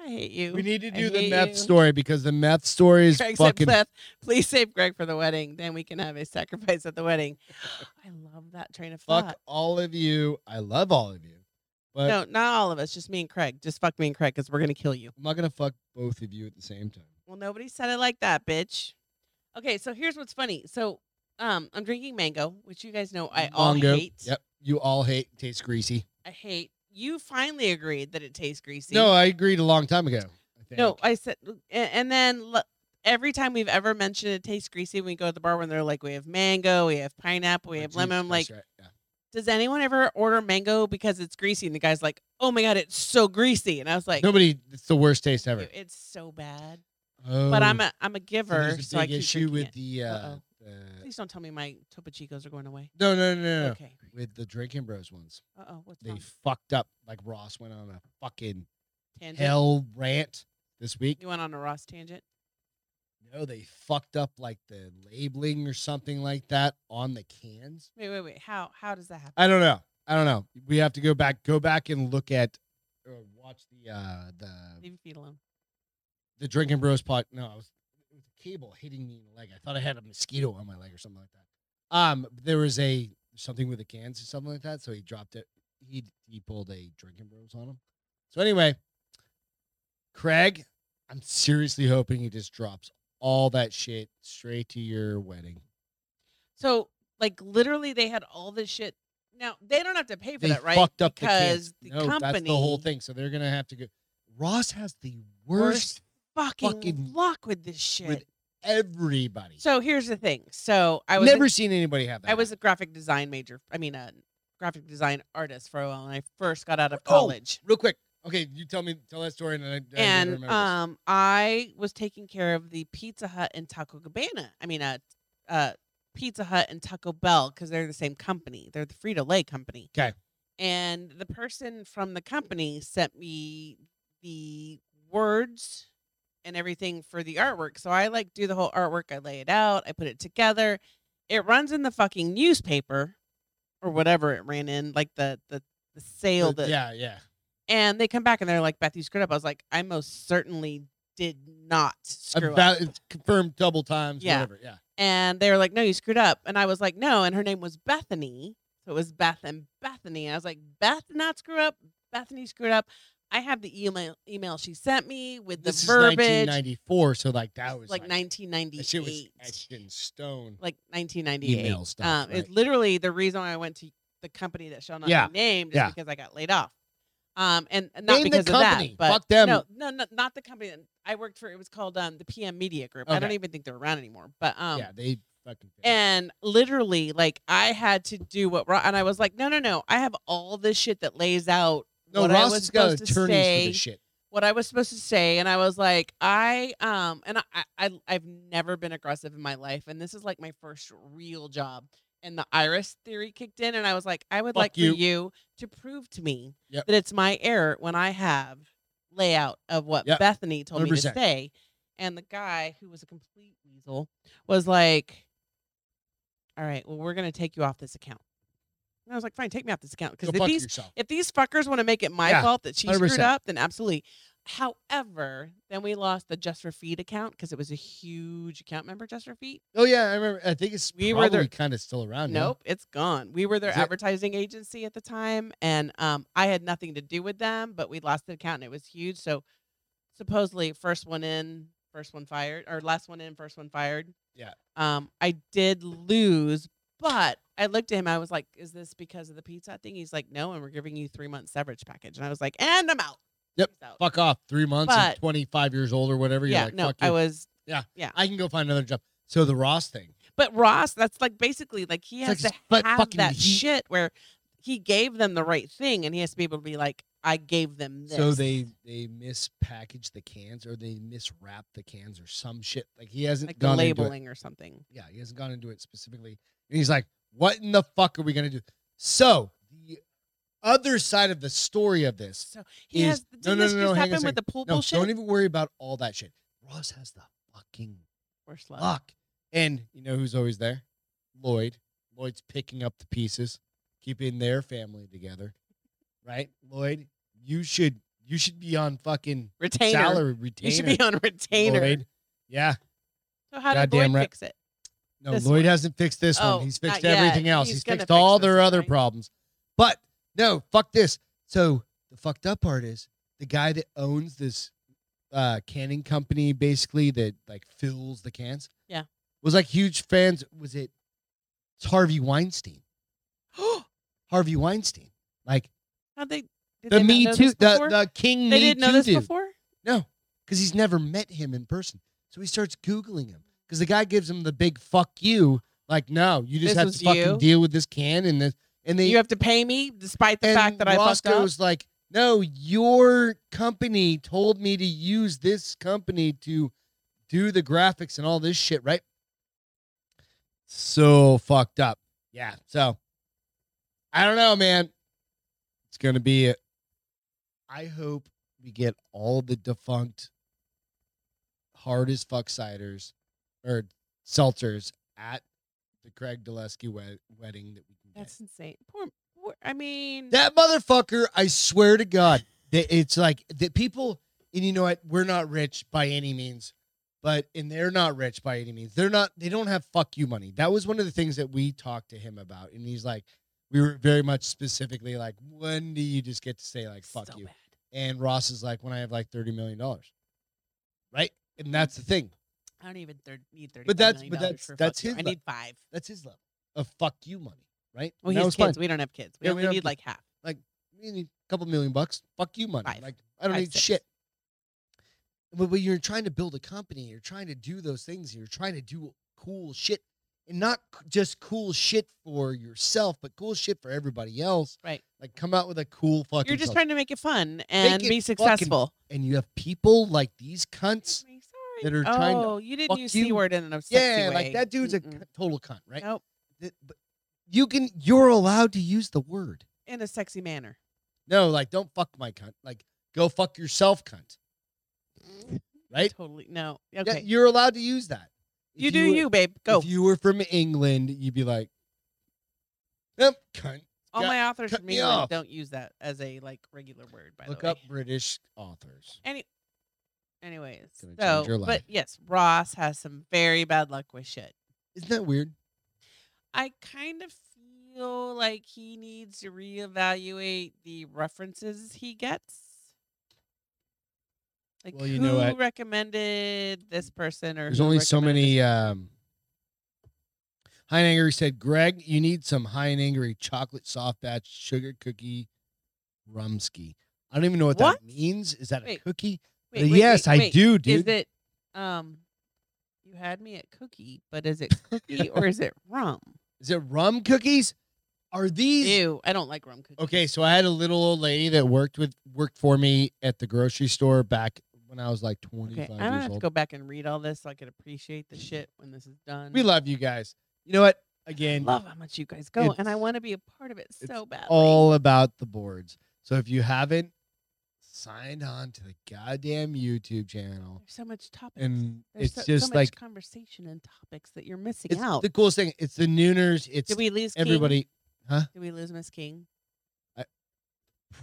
S3: I hate you.
S4: We need to
S3: I
S4: do the
S3: hate
S4: meth
S3: you.
S4: story because the meth story is
S3: Greg
S4: fucking.
S3: said, Beth, please save Greg for the wedding. Then we can have a sacrifice at the wedding. I love that train of
S4: fuck
S3: thought.
S4: all of you. I love all of you, but
S3: No, not all of us. Just me and Craig. Just fuck me and Craig because we're going to kill you.
S4: I'm not gonna fuck both of you at the same time.
S3: Well, nobody said it like that, bitch. Okay, so here's what's funny. So um, I'm drinking mango, which you guys know I all
S4: Mongo.
S3: hate.
S4: Yep, you all hate. Tastes greasy.
S3: I hate. You finally agreed that it tastes greasy.
S4: No, I agreed a long time ago. I think.
S3: No, I said, and, and then l- every time we've ever mentioned it tastes greasy, when we go to the bar when they're like, we have mango, we have pineapple, we
S4: Or
S3: have
S4: juice,
S3: lemon. I'm
S4: that's
S3: like,
S4: right, yeah.
S3: does anyone ever order mango because it's greasy? And the guy's like, oh my God, it's so greasy. And I was like,
S4: nobody. It's the worst taste
S3: "Ew,
S4: ever.
S3: it's so bad.
S4: Oh,
S3: But I'm a, I'm a
S4: so there's
S3: giver, so,
S4: a
S3: I
S4: big
S3: keep
S4: issue
S3: drinking
S4: with
S3: it.
S4: the. Uh,
S3: Uh-oh.
S4: the
S3: Please don't tell me my Topo Chicos are going away.
S4: no, no, no, no, no.
S3: Okay.
S4: With the Drinking Bros ones.
S3: Uh oh, what's
S4: they
S3: wrong?
S4: fucked up. Like Ross went on a fucking
S3: Tangent.
S4: hell rant this week.
S3: You went on a Ross tangent.
S4: No, they fucked up like the labeling or something like that on the cans.
S3: Wait, wait, wait. How how does that happen?
S4: I don't know. I don't know. We have to go back, go back and look at, or watch the uh the
S3: Leave your feet alone.
S4: the drinking bros pot. No, I was it was a cable hitting me in the leg. I thought I had a mosquito on my leg or something like that. Um, there was a something with the cans or something like that. So he dropped it. He he pulled a drinking bros on him. So anyway, Craig, I'm seriously hoping he just drops all that shit straight to your wedding.
S3: So like literally, they had all this shit. Now they don't have to pay for
S4: They
S3: that, right?
S4: fucked up
S3: because
S4: the
S3: the,
S4: cans. no,
S3: company
S4: that's the whole thing. So they're gonna have to go. Ross has the worst
S3: Worst fucking,
S4: fucking
S3: luck with this shit.
S4: with everybody.
S3: so here's the thing. So I
S4: I've
S3: was
S4: never
S3: a,
S4: seen anybody have that.
S3: I was a graphic design major. I mean a graphic design artist for a while when I first got out of
S4: Oh,
S3: college.
S4: real quick. Okay, you tell me tell that story, and then I, I never
S3: and
S4: remember this.
S3: um, I was taking care of the Pizza Hut and Taco Cabana. I mean, uh, uh, Pizza Hut and Taco Bell because they're the same company. They're the Frito Lay company.
S4: 'Kay.
S3: And the person from the company sent me the words and everything for the artwork. So I like do the whole artwork. I lay it out. I put it together. It runs in the fucking newspaper or whatever it ran in, like the the the sale
S4: The-
S3: that
S4: yeah, yeah.
S3: and they come back and they're like, Beth, you screwed up. I was like, I most certainly did not
S4: Uh,
S3: screw up.
S4: About, it's confirmed double times,
S3: Yeah.
S4: whatever. Yeah.
S3: And they were like, no, you screwed up. And I was like, no. And her name was Bethany. So it was Beth and Bethany. And I was like, Beth did not screw up. Bethany screwed up. I have the email email she sent me with the
S4: this is
S3: verbiage.
S4: 1994, so like that was
S3: like,
S4: like, that
S3: 1998.
S4: shit was etched in stone.
S3: like 1998.
S4: Email stuff,
S3: um,
S4: right.
S3: It's literally the reason why I went to the company that shall not
S4: Yeah.
S3: be named is
S4: Yeah.
S3: because I got laid off. Um, and and not
S4: Name the
S3: because
S4: company.
S3: of that, but
S4: Fuck them.
S3: no, no, no, not the company that I worked for. It was called um, the PM Media Group. I don't
S4: Okay.
S3: even think they're around anymore. But um,
S4: yeah, they fucking.
S3: and literally, like I had to do what, Ro- and I was like, no, no, no, I have all this shit that lays out
S4: no,
S3: what I
S4: Ross
S3: was
S4: has got
S3: supposed
S4: attorneys
S3: to
S4: for
S3: say
S4: this shit.
S3: what I was supposed to say, and I was like, I um, and I, I I've never been aggressive in my life, and this is like my first real job. And the iris theory kicked in, and I was like, I would
S4: Fuck
S3: like
S4: you.
S3: for you to prove to me
S4: Yep.
S3: that it's my error when I have layout of what
S4: Yep.
S3: Bethany told me to
S4: 100%.
S3: say. And the guy who was a complete weasel was like, All right, well, we're gonna take you off this account. And I was like, Fine, take me off this account.
S4: Go
S3: Because
S4: fuck
S3: these
S4: yourself.
S3: if these fuckers want to make it my
S4: Yeah,
S3: fault that she screwed
S4: 100%.
S3: up, then absolutely. However, then we lost the Just for Feet account because it was a huge account. Member Just for Feet?
S4: Oh yeah, I remember. I think it's
S3: We were
S4: probably
S3: there-
S4: kind of still around. now.
S3: Nope, it's gone. We were their
S4: Oh, Is it-
S3: advertising agency at the time, and um, I had nothing to do with them, but we lost the account and it was huge. So supposedly, first one in, first one fired, or last one in, first one fired.
S4: Yeah.
S3: Um, I did lose, but I looked at him. I was like, "Is this because of the pizza thing?" He's like, "No, and we're giving you three month severage package." And I was like, "And I'm out."
S4: Yep.
S3: Peace out.
S4: Fuck off. Three months and
S3: But-
S4: 25 years old or whatever. You're
S3: yeah.
S4: like,
S3: no,
S4: fuck you.
S3: I was.
S4: I can go find another job. So the Ross thing.
S3: But Ross, that's like basically like he
S4: It's like
S3: has
S4: his
S3: to
S4: butt
S3: have
S4: fucking
S3: that
S4: heat.
S3: shit where he gave them the right thing, and he has to be able to be like, "I gave them this."
S4: So they they mispackaged the cans or they miswrapped the cans or some shit. Like he hasn't
S3: like the
S4: gone into it.
S3: labeling or something.
S4: Yeah, he hasn't gone into it specifically. And he's like, "What in the fuck are we gonna do?" So the other side of the story of this.
S3: So he
S4: Is-
S3: has.
S4: no,
S3: Didn't
S4: no,
S3: this
S4: no, no, hang
S3: just
S4: on a
S3: happen with the pool
S4: No,
S3: bullshit?
S4: don't even worry about all that shit. Ross has the fucking
S3: Or slut.
S4: luck. And you know who's always there? Lloyd. Lloyd's picking up the pieces, keeping their family together. Right? Lloyd, you should you should be on fucking
S3: Retainer.
S4: salary
S3: You
S4: retainer.
S3: should be on retainer.
S4: Lloyd. Yeah.
S3: So how did
S4: Goddamn
S3: Lloyd
S4: right.
S3: fix it?
S4: No,
S3: This
S4: Lloyd
S3: one.
S4: hasn't fixed this one.
S3: Oh,
S4: He's fixed
S3: not yet.
S4: everything else.
S3: He's
S4: He's,
S3: gonna
S4: fixed
S3: fix
S4: all
S3: this
S4: their
S3: one,
S4: other
S3: right?
S4: problems. But no, fuck this. So the fucked up part is the guy that owns this uh, canning company, basically that like fills the cans.
S3: Yeah.
S4: was like huge fans. Was it? It's Harvey Weinstein. Harvey Weinstein, like
S3: How they? Did
S4: the
S3: they
S4: Me
S3: not know
S4: Too,
S3: this
S4: the,
S3: before?
S4: the King
S3: they
S4: Me
S3: didn't know
S4: Too
S3: this
S4: dude.
S3: before.
S4: No, because he's never met him in person. So he starts Googling him because the guy gives him the big fuck you. Like, no, you just
S3: This
S4: have
S3: was
S4: to fucking
S3: you?
S4: deal with this can and this. And they,
S3: You have to pay me despite the
S4: and
S3: fact that I
S4: Ross
S3: fucked up.
S4: goes like, no, your company told me to use this company to do the graphics and all this shit, right? So fucked up. Yeah. So I don't know, man. It's gonna be it. I hope we get all the defunct hard as fuck ciders or seltzers at the Craig Dulesky we- wedding that we can get.
S3: That's insane. Poor. poor I mean,
S4: That motherfucker, I swear to God, that it's like that people, and you know what? We're not rich by any means, but and they're not rich by any means. They're not. They don't have fuck you money. That was one of the things that we talked to him about, and he's like, we were very much specifically like, when do you just get to say like fuck
S3: so
S4: you?
S3: bad.
S4: And Ross is like, when I have like thirty million dollars, right? And that's the thing.
S3: I don't even thir- need thirty.
S4: But that's- but that's-
S3: for fuck
S4: that's
S3: you.
S4: his
S3: I
S4: li-
S3: need five.
S4: That's his level of fuck you money, right?
S3: Well,
S4: And that
S3: he's
S4: was
S3: kids.
S4: fine.
S3: We don't have kids. We
S4: Yeah, we
S3: only
S4: don't have
S3: need like half.
S4: you need a couple million bucks. Fuck you, money.
S3: Five.
S4: Like I don't
S3: Five,
S4: need
S3: six.
S4: shit. But when you're trying to build a company, you're trying to do those things. You're trying to do cool shit, and not c- just cool shit for yourself, but cool shit for everybody else.
S3: Right.
S4: Like come out with a cool fucking.
S3: You're just
S4: self-
S3: trying to make it fun and
S4: it fucking
S3: be successful.
S4: and you have people like these cunts.
S3: Sorry.
S4: that are
S3: oh,
S4: trying to
S3: you
S4: fuck
S3: didn't use
S4: you.
S3: c word in an obsessive
S4: Yeah, like that dude's a
S3: Mm-mm.
S4: c- total cunt, right?
S3: Nope.
S4: Th- but you can. You're allowed to use the word.
S3: in a sexy manner.
S4: No, like don't fuck my cunt. Like go fuck yourself, cunt. Right?
S3: Totally. No.
S4: Yeah,
S3: Okay.
S4: you're allowed to use that. If
S3: you, do
S4: were-
S3: you, babe. Go.
S4: If you were from England, you'd be like, "Yep, cunt."
S3: All
S4: got-
S3: my authors
S4: cut
S3: from
S4: me
S3: England
S4: off.
S3: don't use that as a like regular word. By
S4: Look
S3: the way.
S4: up British authors.
S3: Any. Anyways,
S4: Gonna change
S3: so
S4: your life.
S3: but yes, Ross has some very bad luck with shit.
S4: Isn't that weird?
S3: I kind of feel like he needs to reevaluate the references he gets. Like
S4: Well, you
S3: who
S4: know what?
S3: recommended this person or
S4: There's
S3: who
S4: only so
S3: recommended this
S4: many. Um, high and angry said, Greg, you need some high and angry chocolate soft batch sugar cookie rumski. I don't even know what,
S3: What?
S4: that means. Is that
S3: Wait,
S4: a cookie?
S3: Wait,
S4: Uh,
S3: wait,
S4: yes,
S3: wait,
S4: I
S3: wait.
S4: do,
S3: Is
S4: dude.
S3: it um you had me at cookie, but is it cookie or is it rum?
S4: Is it rum cookies? Are these
S3: Ew, I don't like rum cookies.
S4: Okay, so I had a little old lady that worked with worked for me at the grocery store back when I was like
S3: Okay,
S4: 25
S3: I'm gonna
S4: years
S3: have to
S4: old.
S3: go back and read all this so I can appreciate the shit when this is done.
S4: We love you guys. You know what? Again,
S3: love how much you guys go, and I
S4: It's-
S3: want to be a part of it
S4: it's
S3: so badly.
S4: all about the boards. So if you haven't signed on to the goddamn YouTube channel
S3: There's so much topics,
S4: and
S3: There's so-
S4: it's just
S3: so much
S4: like
S3: conversation and topics that you're missing
S4: it's
S3: out.
S4: the coolest thing. It's the Nooners. It's
S3: Did we lose King?
S4: everybody
S3: Did we lose Miss King? I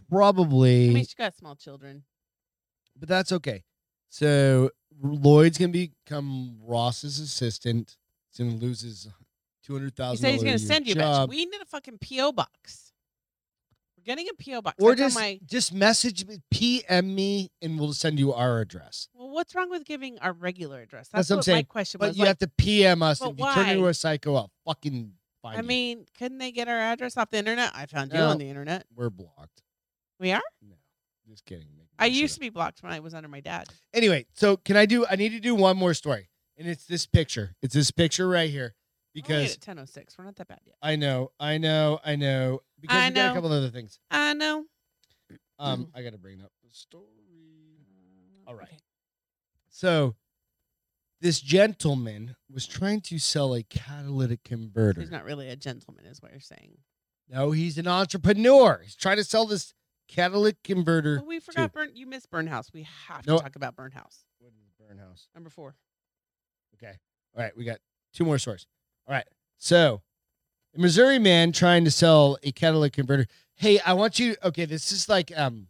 S4: probably
S3: mean, she got small children.
S4: but that's okay. So Lloyd's gonna become Ross's assistant. He's gonna lose his two hundred
S3: He
S4: thousand.
S3: said he's gonna send you, a bitch.
S4: job.
S3: We need a fucking PO box. We're getting a PO box.
S4: or
S3: That's on
S4: just
S3: my-
S4: just message me, PM me, and we'll send you our address.
S3: Well, what's wrong with giving our regular address?
S4: That's what I'm
S3: My
S4: saying.
S3: question
S4: But
S3: was.
S4: you have
S3: like,
S4: to PM us.
S3: but
S4: If you turn into
S3: why?
S4: a psycho, I'll fucking find
S3: I
S4: you.
S3: mean, couldn't they get our address off the internet? I found you on
S4: No.
S3: the internet.
S4: we're blocked.
S3: We are.
S4: No, just kidding. Making
S3: I
S4: shit
S3: used
S4: up.
S3: to be blocked when I was under my dad.
S4: Anyway, so can I do? I need to do one more story, and it's this picture. It's this picture right here
S3: We're only
S4: because
S3: at ten oh six, we're not that bad yet.
S4: I know, I know, I know. Because
S3: I
S4: we got
S3: know.
S4: a couple other things.
S3: I know.
S4: Um, I gotta bring up the story. All right.
S3: Okay.
S4: So, this gentleman was trying to sell a catalytic converter.
S3: He's not really a gentleman, is what you're saying.
S4: no, he's an entrepreneur. He's trying to sell this catalytic converter.
S3: But we forgot Burn. You missed Burnhouse. We have
S4: No.
S3: to talk about Burnhouse.
S4: burn house.
S3: Number four.
S4: Okay. All right, we got two more stories. All right. So, a Missouri man trying to sell a catalytic converter. Hey, I want you. Okay, this is like um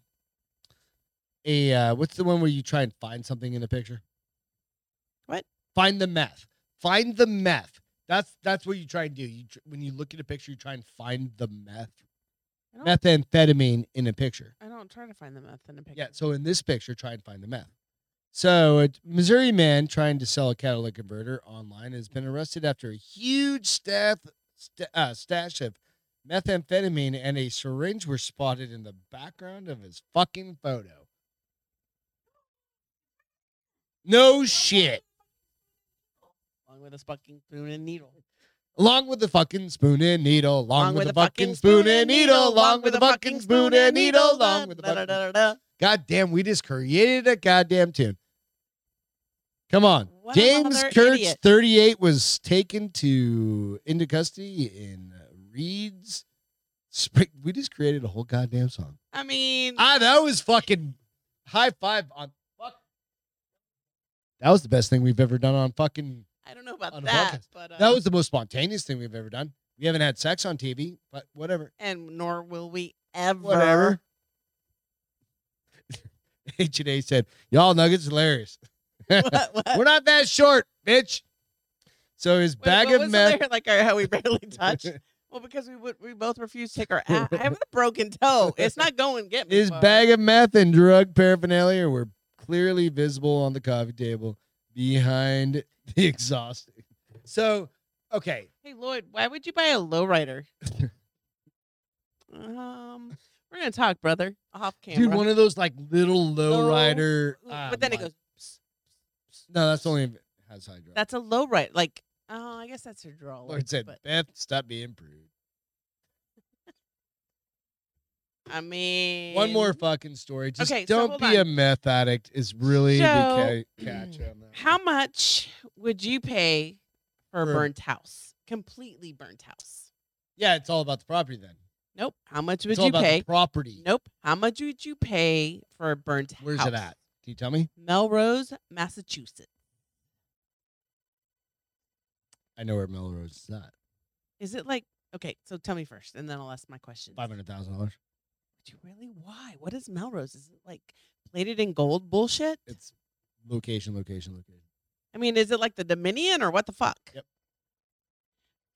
S4: a uh, what's the one where you try and find something in the picture?
S3: What?
S4: Find the meth. Find the meth. That's that's what you try and do. You tr- when you look at a picture, you try and find the meth,
S3: I don't,
S4: methamphetamine in a picture.
S3: I don't try to find the meth in a picture.
S4: Yeah, so in this picture, try and find the meth. So, a Missouri man trying to sell a catalytic converter online has been arrested after a huge staff, st- uh, stash of methamphetamine and a syringe were spotted in the background of his fucking photo. No shit.
S3: Along with a fucking spoon and needle.
S4: Along with the fucking spoon and needle, along, with, the fucking spoon and needle, along with the fucking spoon and needle, along with the
S3: da, da,
S4: fucking
S3: da, da, da.
S4: God damn, we just created a goddamn tune. Come on.
S3: What
S4: James
S3: another
S4: Kurtz,
S3: idiot.
S4: 38, was taken to into custody in Reed's Spring. We just created a whole goddamn song.
S3: I mean,
S4: Ah, that was fucking high five on fuck. That was the best thing we've ever done on fucking.
S3: I don't know about
S4: on a
S3: that,
S4: podcast.
S3: but uh,
S4: That was the most spontaneous thing we've ever done. We haven't had sex on TV, but whatever.
S3: and nor will we ever.
S4: Whatever. H&A said, y'all nuggets hilarious.
S3: What, what?
S4: We're not that short, bitch. So his
S3: Wait,
S4: bag
S3: what
S4: of
S3: was
S4: meth.
S3: There, like our, how we barely touched. Well, because we would we both refused to take our. a- I have a broken toe. It's not going. Get me.
S4: His
S3: far.
S4: bag of meth and drug paraphernalia were clearly visible on the coffee table behind the exhaust. So, okay,
S3: Hey Lloyd, why would you buy a lowrider? um, we're gonna talk, brother, off camera.
S4: dude, one of those like little
S3: Low-
S4: lowrider.
S3: Ooh,
S4: ah,
S3: but then it
S4: my-
S3: goes. "Psst."
S4: No, that's only if it has high drugs.
S3: That's a lowrider. Like, oh, I guess that's your draw.
S4: Lord said,
S3: but,
S4: Beth, stop being prude.
S3: I mean,
S4: One more fucking story. Just
S3: Okay, so
S4: don't
S3: hold
S4: be a
S3: on.
S4: meth addict is really
S3: So-
S4: the ca- catch on that.
S3: How much would you pay for a
S4: For-
S3: burnt house? Completely burnt house.
S4: Yeah, it's all about the property then.
S3: Nope. How much would
S4: It's all
S3: you
S4: about
S3: pay?
S4: the property.
S3: Nope. How much would you pay for a burnt house?
S4: Where's it at? Can you tell me?
S3: Melrose, Massachusetts.
S4: I know where Melrose is at.
S3: Is it like okay? So tell me first, and then I'll ask my question.
S4: Five hundred thousand dollars.
S3: Would you really? Why? What is Melrose? Is it like plated in gold bullshit?
S4: It's location, location, location.
S3: I mean, is it like the Dominion or what the fuck?
S4: Yep.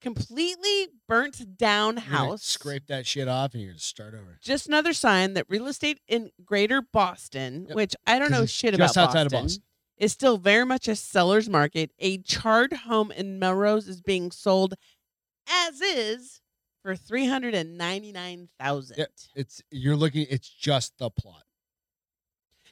S3: Completely burnt down
S4: You're gonna
S3: house.
S4: Scrape that shit off and you're gonna start over.
S3: Just another sign that real estate in Greater Boston,
S4: Yep.
S3: which I don't
S4: 'Cause
S3: know
S4: it's
S3: shit
S4: just
S3: about
S4: outside of
S3: Boston,
S4: Boston.
S3: is still very much a seller's market. A charred home in Melrose is being sold as is for three hundred and ninety nine thousand.
S4: Yep. It's you're looking. It's just the plot.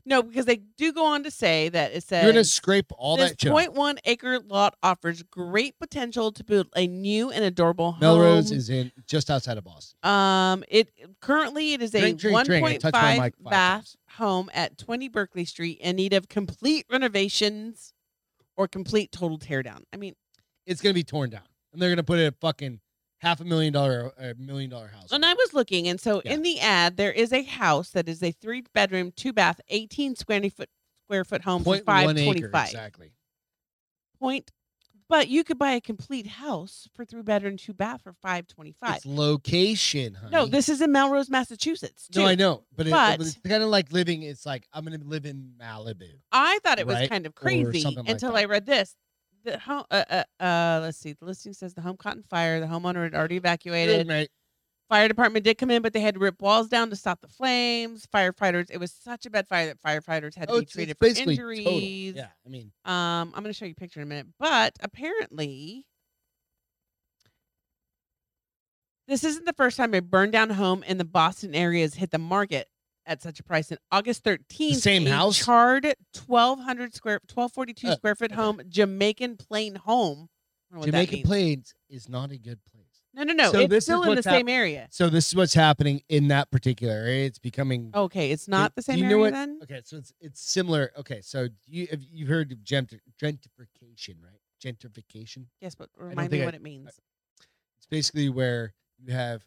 S3: No, because they do go on to say that it says
S4: You're gonna scrape all
S3: this
S4: that shit. off.
S3: 0.1 acre lot offers great potential to build a new and adorable home.
S4: Melrose is in just outside of Boston.
S3: Um, it currently it is a
S4: Drink, drink, drink. I touched my mic
S3: 1.5
S4: five
S3: bath
S4: times.
S3: home at 20 Berkeley Street in need of complete renovations or complete total teardown. I mean,
S4: It's gonna be torn down, and they're gonna put a fucking half a million dollar, a million dollar house.
S3: and I was looking, and so
S4: Yeah.
S3: in the ad there is a house that is a three bedroom, two bath, 18 square foot square foot home for
S4: 0.1 acre,
S3: 525.
S4: exactly.
S3: Point. But you could buy a complete house for three bedroom, two bath for 525.
S4: It's location, honey.
S3: No, this is in Melrose, Massachusetts. Too.
S4: No, I know, but, it-
S3: But-
S4: it, was kind of like living. It's like I'm gonna live in Malibu.
S3: I thought it was
S4: right?
S3: kind of
S4: Or
S3: crazy
S4: something like
S3: until
S4: that.
S3: I read this. The home, uh, uh, uh, let's see. The listing says the home caught on fire. The homeowner had already evacuated.
S4: Right. Mm-hmm.
S3: Fire department did come in, but they had to rip walls down to stop the flames. Firefighters. It was such a bad fire that firefighters had to
S4: Oh,
S3: be
S4: it's, it's
S3: treated for
S4: basically total.
S3: injuries.
S4: Yeah, I mean,
S3: Um, I'm going to show you a picture in a minute, but apparently, this isn't the first time a burned down home in the Boston area has hit the market at such a price. In August 13th,
S4: same
S3: a
S4: house?
S3: charred 1200 square, 1242
S4: Uh,
S3: square foot
S4: okay.
S3: home, Jamaican plain home. I don't know what that
S4: Jamaican
S3: means.
S4: Plains is not a good place.
S3: No, no, no.
S4: So this is
S3: it's still in the
S4: what's
S3: same area.
S4: So this is what's happening in that particular area. It's becoming
S3: Okay, it's not the
S4: do
S3: same
S4: you know
S3: area
S4: what-
S3: then.
S4: Okay, so it's it's similar. Okay, so you have you heard of gent- gentrification, right? Gentrification.
S3: Yes, but remind
S4: think
S3: me
S4: I-
S3: what it means.
S4: It's basically where you have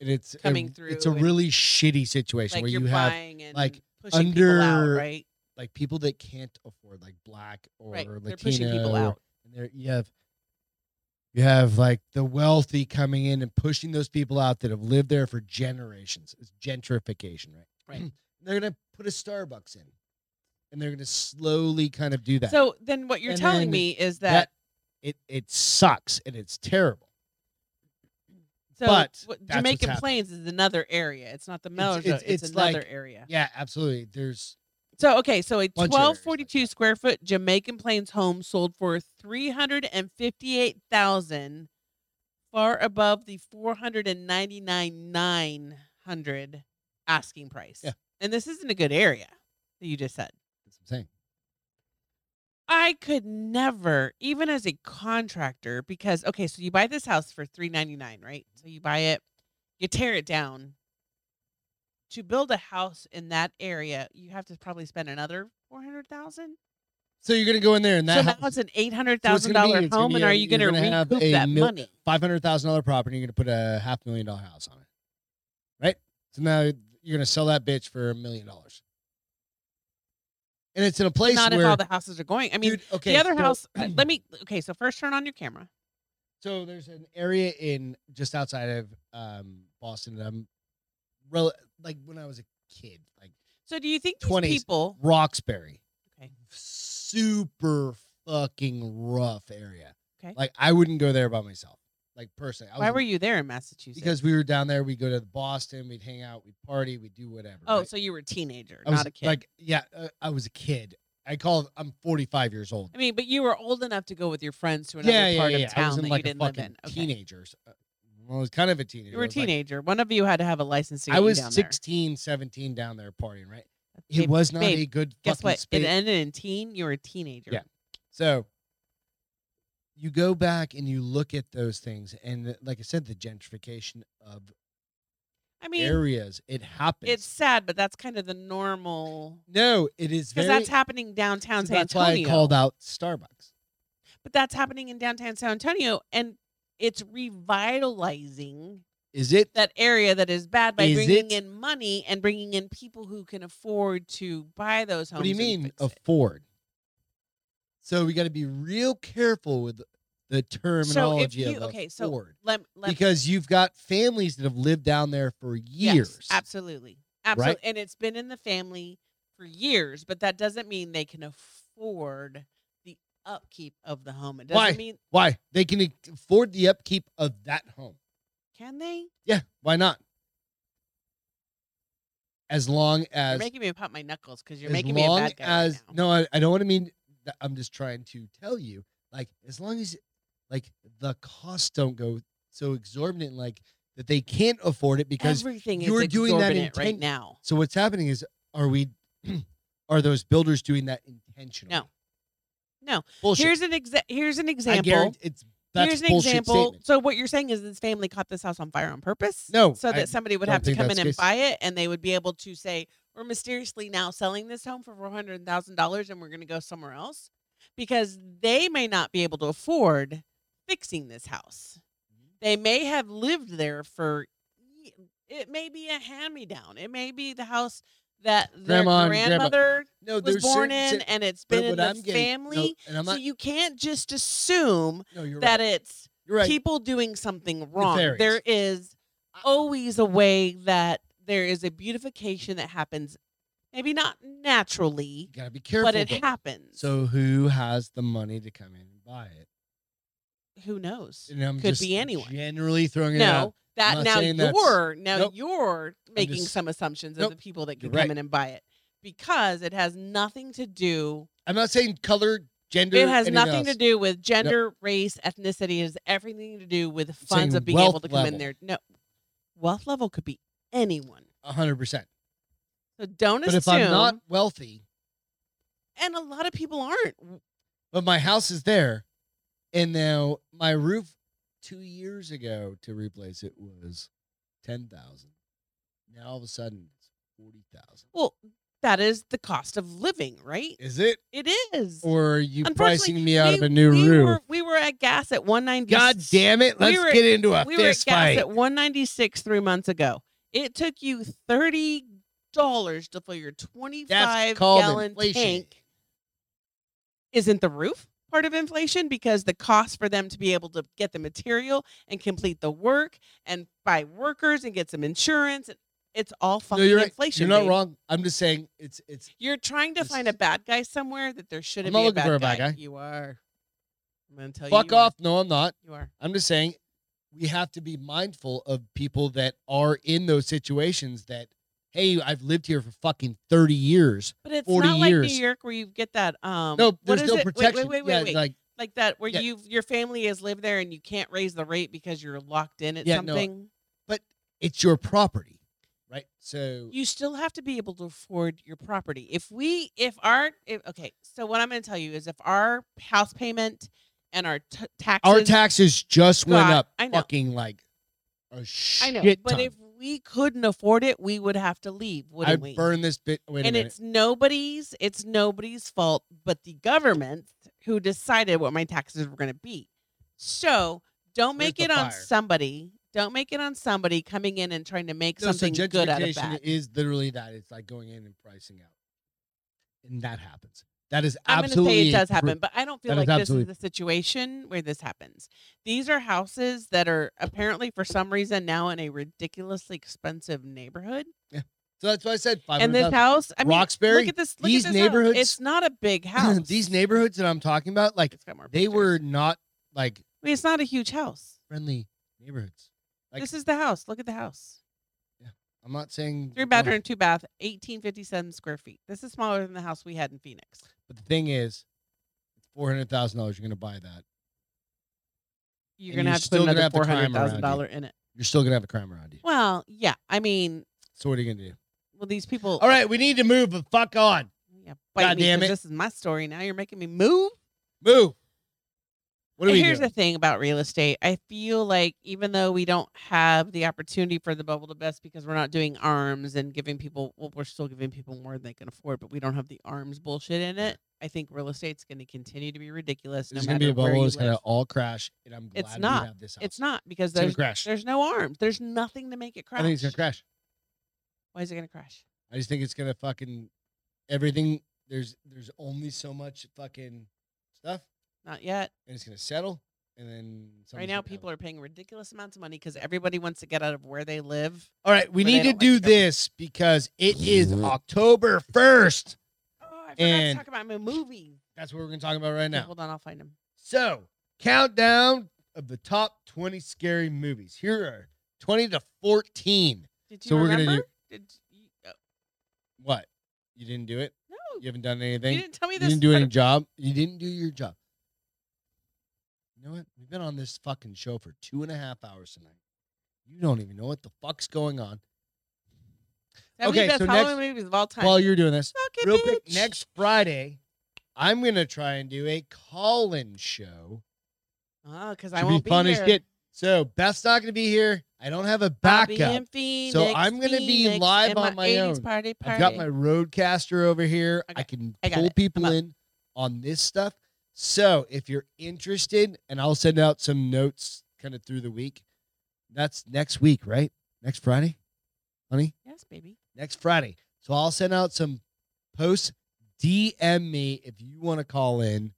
S4: and it's a-
S3: Coming through
S4: It's a
S3: and-
S4: really shitty situation
S3: like
S4: where
S3: you're
S4: you have
S3: buying and
S4: like,
S3: pushing people out,
S4: under-
S3: right?
S4: like people that can't afford like black or
S3: Right,
S4: Latino.
S3: they're pushing people out.
S4: And there you have you have like the wealthy coming in and pushing those people out that have lived there for generations. It's gentrification, right?
S3: Right.
S4: they're gonna put a Starbucks in, and they're gonna slowly kind of do that.
S3: So then, what you're
S4: And
S3: telling
S4: then
S3: me is
S4: that
S3: that
S4: it it sucks and it's terrible.
S3: So
S4: But
S3: what-
S4: that's what's
S3: Jamaican
S4: happening.
S3: Plains is another area. It's not the Melrose. It's,
S4: it's-
S3: it's,
S4: it's
S3: another
S4: like-
S3: area.
S4: Yeah, absolutely. There's
S3: So okay, so a
S4: Bunch of areas like
S3: 1242
S4: that.
S3: square foot Jamaican Plains home sold for 358,000 far above the 499,900 asking price.
S4: Yeah.
S3: And this isn't a good area that you just said.
S4: that's what I'm saying.
S3: I could never, even as a contractor, because okay, so you buy this house for three ninety nine, right? So you buy it, you tear it down. To build a house in that area, you have to probably spend another four hundred thousand.
S4: So you're gonna go in there and
S3: So
S4: that
S3: now it's an eight hundred thousand dollar
S4: it's gonna
S3: home,
S4: be
S3: and
S4: a-
S3: are you
S4: you're
S3: going to
S4: gonna have
S3: recoup
S4: a
S3: that
S4: mil-
S3: money?
S4: five hundred thousand dollar property, you're gonna put a half million dollar house on it, right? So now you're gonna sell that bitch for a million dollars, and it's in a place
S3: Not
S4: where
S3: if all the houses are going. I mean,
S4: dude, okay,
S3: the other
S4: so-
S3: house. uh, let me. Okay, so first turn on your camera.
S4: So there's an area in just outside of um, Boston that I'm, rel- like when I was a kid, like
S3: So do you think these
S4: 20s.
S3: people?
S4: Roxbury.
S3: Okay.
S4: Super fucking rough area.
S3: Okay.
S4: Like I wouldn't go there by myself. Like personally, I
S3: Why
S4: was-
S3: were you there in Massachusetts?
S4: Because we were down there, we'd go to Boston, we'd hang out, we'd party, we'd do whatever.
S3: oh,
S4: right?
S3: so you were a teenager,
S4: I was
S3: not a kid.
S4: Like yeah, uh, I was a kid. I call. I'm 45 years old.
S3: I mean, but you were old enough to go with your friends to another
S4: yeah, yeah,
S3: part
S4: yeah.
S3: of
S4: I
S3: town
S4: was
S3: that
S4: in like
S3: you
S4: a
S3: didn't live
S4: fucking
S3: in. Okay.
S4: teenagers. Uh, Well, I was kind of a teenager.
S3: You were
S4: I
S3: a
S4: was like-
S3: teenager. One of you had to have a license to get
S4: I
S3: you
S4: was
S3: down
S4: 16, 17 down there partying, right?
S3: there.
S4: It
S3: Babe,
S4: was not
S3: babe,
S4: a good
S3: guess
S4: fucking
S3: what?
S4: space.
S3: It ended in teen. You were a teenager.
S4: Yeah. So you go back and you look at those things, and the- like I said, the gentrification of
S3: I mean,
S4: areas it happens.
S3: it's sad, but that's kind of the normal
S4: no, it is
S3: because
S4: very.
S3: that's happening downtown
S4: so
S3: San
S4: that's why I
S3: Antonio.
S4: called out Starbucks.
S3: But that's happening in downtown San Antonio, and it's revitalizing
S4: Is it
S3: that area that is bad by
S4: Is
S3: bringing
S4: it?
S3: in money and bringing in people who can afford to buy those homes.
S4: What do you mean
S3: and fix it.
S4: afford? So we got to be real careful with the terminology
S3: you-
S4: of
S3: okay, so
S4: afford
S3: Let, let
S4: because you've got families that have lived down there for
S3: Yes,
S4: years.
S3: absolutely. Absolutely. And it's been in the family for years, but that doesn't mean they can afford the upkeep of the home. It doesn't
S4: Why?
S3: mean
S4: Why? They can e-, afford the upkeep of that home.
S3: can they?
S4: Yeah, why not? As long
S3: You're
S4: as
S3: making me pop my knuckles because you're
S4: as
S3: making me a
S4: long
S3: bad guy.
S4: as
S3: right now.
S4: no, I, I don't want to mean. That I'm just trying to tell you, like, as long as, like, the costs don't go so exorbitant, like that they can't afford it because.
S3: everything
S4: you
S3: is
S4: were doing that
S3: exorbitant right
S4: intent-
S3: now.
S4: so what's happening is, are we, are those builders doing that intentionally?
S3: No. No.
S4: bullshit.
S3: Here's an exa- here's an
S4: I
S3: example.
S4: guarantee it's that's
S3: here's an
S4: bullshit
S3: example.
S4: statement.
S3: So what you're saying is this family caught this house on fire on purpose?
S4: No,
S3: So that
S4: I
S3: somebody would
S4: don't
S3: have to
S4: think
S3: come in
S4: that's
S3: and
S4: the case.
S3: buy it and they would be able to say, We're mysteriously now selling this home for four hundred thousand dollars and we're gonna go somewhere else because they may not be able to afford fixing this house.
S4: Mm-hmm.
S3: They may have lived there for ye- it may be a hand me down. It may be the house that their
S4: Grandma and grandpa.
S3: grandmother
S4: no,
S3: was
S4: there's
S3: born
S4: certain-
S3: in
S4: cer-
S3: and it's
S4: but
S3: been in
S4: what
S3: the
S4: I'm getting- no,
S3: family.
S4: and I'm
S3: so
S4: not.
S3: you can't just assume
S4: no, you're right.
S3: that it's
S4: You're right.
S3: people doing something wrong.
S4: Nefarious.
S3: There is always a way that there is a beautification that happens, maybe not naturally,
S4: you gotta be careful.
S3: but it
S4: though.
S3: happens.
S4: So who has the money to come in and buy it?
S3: who knows?
S4: And I'm
S3: Could
S4: just
S3: be anyone.
S4: Generally throwing it out.
S3: no,
S4: not
S3: that now
S4: saying that's-
S3: you're now
S4: Nope.
S3: you're making
S4: just-
S3: some assumptions
S4: Nope.
S3: of the people that can
S4: You're
S3: come
S4: right.
S3: in and buy it because it has nothing to do
S4: I'm not saying color, gender.
S3: it has
S4: anything
S3: nothing
S4: else.
S3: to do with gender, race, ethnicity. It has everything to do with
S4: saying
S3: funds of being able
S4: wealth
S3: to come in
S4: level.
S3: there. No, wealth level could be anyone.
S4: A hundred percent.
S3: So don't
S4: But
S3: assume.
S4: if I'm not wealthy,
S3: and a lot of people aren't.
S4: but my house is there, and now my roof two years ago to replace it was ten thousand. Now all of a sudden it's forty thousand.
S3: Well, that is the cost of living, right?
S4: Is it?
S3: It is.
S4: Or are you
S3: Unfortunately,
S4: pricing me out
S3: we-
S4: of a new
S3: we
S4: roof?
S3: Were, we were at gas at one ninety.
S4: God damn it!
S3: we
S4: Let's
S3: were-
S4: get into a
S3: We were at
S4: fist
S3: gas
S4: fight.
S3: at one ninety six three months ago. It took you thirty dollars to fill your twenty five
S4: That's called
S3: gallon
S4: inflation.
S3: tank. isn't the roof part of inflation because the cost for them to be able to get the material and complete the work and buy workers and get some insurance it's all
S4: No,
S3: fucking
S4: you're right.
S3: inflation.
S4: You're not
S3: babe.
S4: wrong. I'm just saying it's it's
S3: You're trying to
S4: This
S3: find a
S4: is-
S3: bad guy somewhere that there shouldn't
S4: I'm not
S3: be a
S4: looking
S3: bad,
S4: for a bad
S3: guy.
S4: guy.
S3: You are. I'm gonna tell you.
S4: fuck
S3: you are.
S4: off. No, I'm not.
S3: You are.
S4: I'm just saying we have to be mindful of people that are in those situations that, hey, I've lived here for fucking 30 years.
S3: But it's
S4: 40
S3: not like
S4: years.
S3: New York where you get that. Um,
S4: No,
S3: what
S4: there's
S3: is
S4: no
S3: it? Wait,
S4: protection.
S3: Wait, wait, wait,
S4: yeah,
S3: wait. Like,
S4: like
S3: that where
S4: yeah.
S3: you your family has lived there and you can't raise the rate because you're locked in at
S4: Yeah, no.
S3: something.
S4: it's your property, right? So
S3: you still have to be able to afford your property. If we, if our, if, okay, so what I'm going to tell you is if our house payment and our t- taxes,
S4: our taxes just went
S3: God,
S4: up
S3: I know.
S4: fucking like a
S3: I know,
S4: shit
S3: but
S4: ton.
S3: if we couldn't afford it, we would have to leave,
S4: I
S3: wouldn't we?
S4: burn this bit. Wait
S3: and
S4: a minute.
S3: it's nobody's, it's nobody's fault, but the government who decided what my taxes were going to be. So don't
S4: Where's
S3: make
S4: the
S3: it on
S4: fire?
S3: somebody. Don't make it on somebody coming in and trying to make
S4: No, so
S3: something good out of
S4: gentrification
S3: that.
S4: is literally that. It's like going in and pricing out. And that happens. That is
S3: I'm going to
S4: absolutely
S3: say it does
S4: a cru-
S3: happen, but I don't feel
S4: That is
S3: like this is
S4: absolutely-
S3: the situation where this happens. These are houses that are apparently, for some reason, now in a ridiculously expensive neighborhood.
S4: So that's why I said five
S3: And
S4: hundred
S3: this
S4: thousand.
S3: house, I mean,
S4: Roxbury,
S3: look at this. Look
S4: these
S3: at this
S4: neighborhoods-
S3: house. It's not a big house.
S4: These neighborhoods that I'm talking about, like
S3: It's got more
S4: they
S3: pictures.
S4: were not like
S3: I mean, it's not a huge house.
S4: friendly neighborhoods. Like
S3: this is the house. Look at the house.
S4: I'm not saying
S3: Three
S4: no,
S3: bedroom, two bath, 1857 square feet. This is smaller than the house we had in Phoenix.
S4: but the thing is, four hundred thousand dollars. You're gonna buy that.
S3: You're
S4: And
S3: going to
S4: you're
S3: have to put
S4: still gonna
S3: another
S4: have the crime around you.
S3: $400,000 in it.
S4: You're still gonna have a crime around you.
S3: Well, yeah. I mean,
S4: So what are you gonna do?
S3: well, these people.
S4: All right, we need to move. But fuck on,
S3: Yeah, bite
S4: God
S3: me,
S4: damn
S3: 'cause
S4: it.
S3: This is my story now. You're making me move.
S4: move. What do
S3: And
S4: we
S3: here's
S4: do?
S3: the thing about real estate. I feel like even though we don't have the opportunity for the bubble to best because we're not doing arms and giving people, well, we're still giving people more than they can afford, but we don't have the arms bullshit in it. I think real estate's going to continue to be ridiculous.
S4: There's
S3: no
S4: gonna
S3: matter
S4: be a
S3: Where
S4: bubble.
S3: you
S4: It's gonna
S3: live.
S4: all crash, and I'm glad
S3: It's not.
S4: we have this house.
S3: It's not because
S4: It's gonna
S3: there's
S4: crash.
S3: there's no arms. There's nothing to make it crash.
S4: I think it's gonna crash.
S3: Why is it going to crash?
S4: I just think it's gonna fucking everything. There's there's only so much fucking stuff,
S3: Not yet.
S4: and it's gonna settle. and then
S3: Right now, people are paying ridiculous amounts of money because everybody wants to get out of where they live.
S4: All right, we
S3: But I
S4: need to
S3: don't like
S4: do
S3: the government.
S4: this because it is October first.
S3: Oh, I forgot
S4: And-
S3: to talk about my movie.
S4: That's what we're going to talk about right
S3: Okay,
S4: now.
S3: hold on, I'll find him.
S4: So, countdown of the top 20 scary movies. Here are 20 to 14.
S3: Did you
S4: So we're gonna
S3: remember? Did you, oh,
S4: What? You didn't do it?
S3: no,
S4: You haven't done
S3: you,
S4: anything?
S3: didn't tell me
S4: You
S3: this.
S4: didn't do
S3: fir-
S4: any job? You didn't do your job. You know what? We've been on this fucking show for two and a half hours tonight. You don't even know what the fuck's going on.
S3: That was
S4: Okay,
S3: the best
S4: so next-
S3: Halloween movies of all time.
S4: While you're doing this,
S3: Fuck it,
S4: real quick,
S3: bitch.
S4: next Friday, I'm gonna try and do a call-in show
S3: Oh, because
S4: to
S3: I
S4: be
S3: won't be,
S4: fun
S3: here.
S4: as shit. So Beth's not gonna be here. I don't have a
S3: I'll
S4: backup.
S3: be in Phoenix,
S4: I'm gonna be
S3: Phoenix,
S4: live
S3: and
S4: on my
S3: 80s
S4: own.
S3: Party, party.
S4: I've got my roadcaster over here. I
S3: Okay,
S4: can
S3: I got
S4: pull
S3: it.
S4: people
S3: I'm up.
S4: in on this stuff. So if you're interested, and I'll send out some notes kind of through the week. That's next week, right? Next Friday, honey.
S3: yes, baby.
S4: next Friday. So I'll send out some posts. DM me if you want to call in.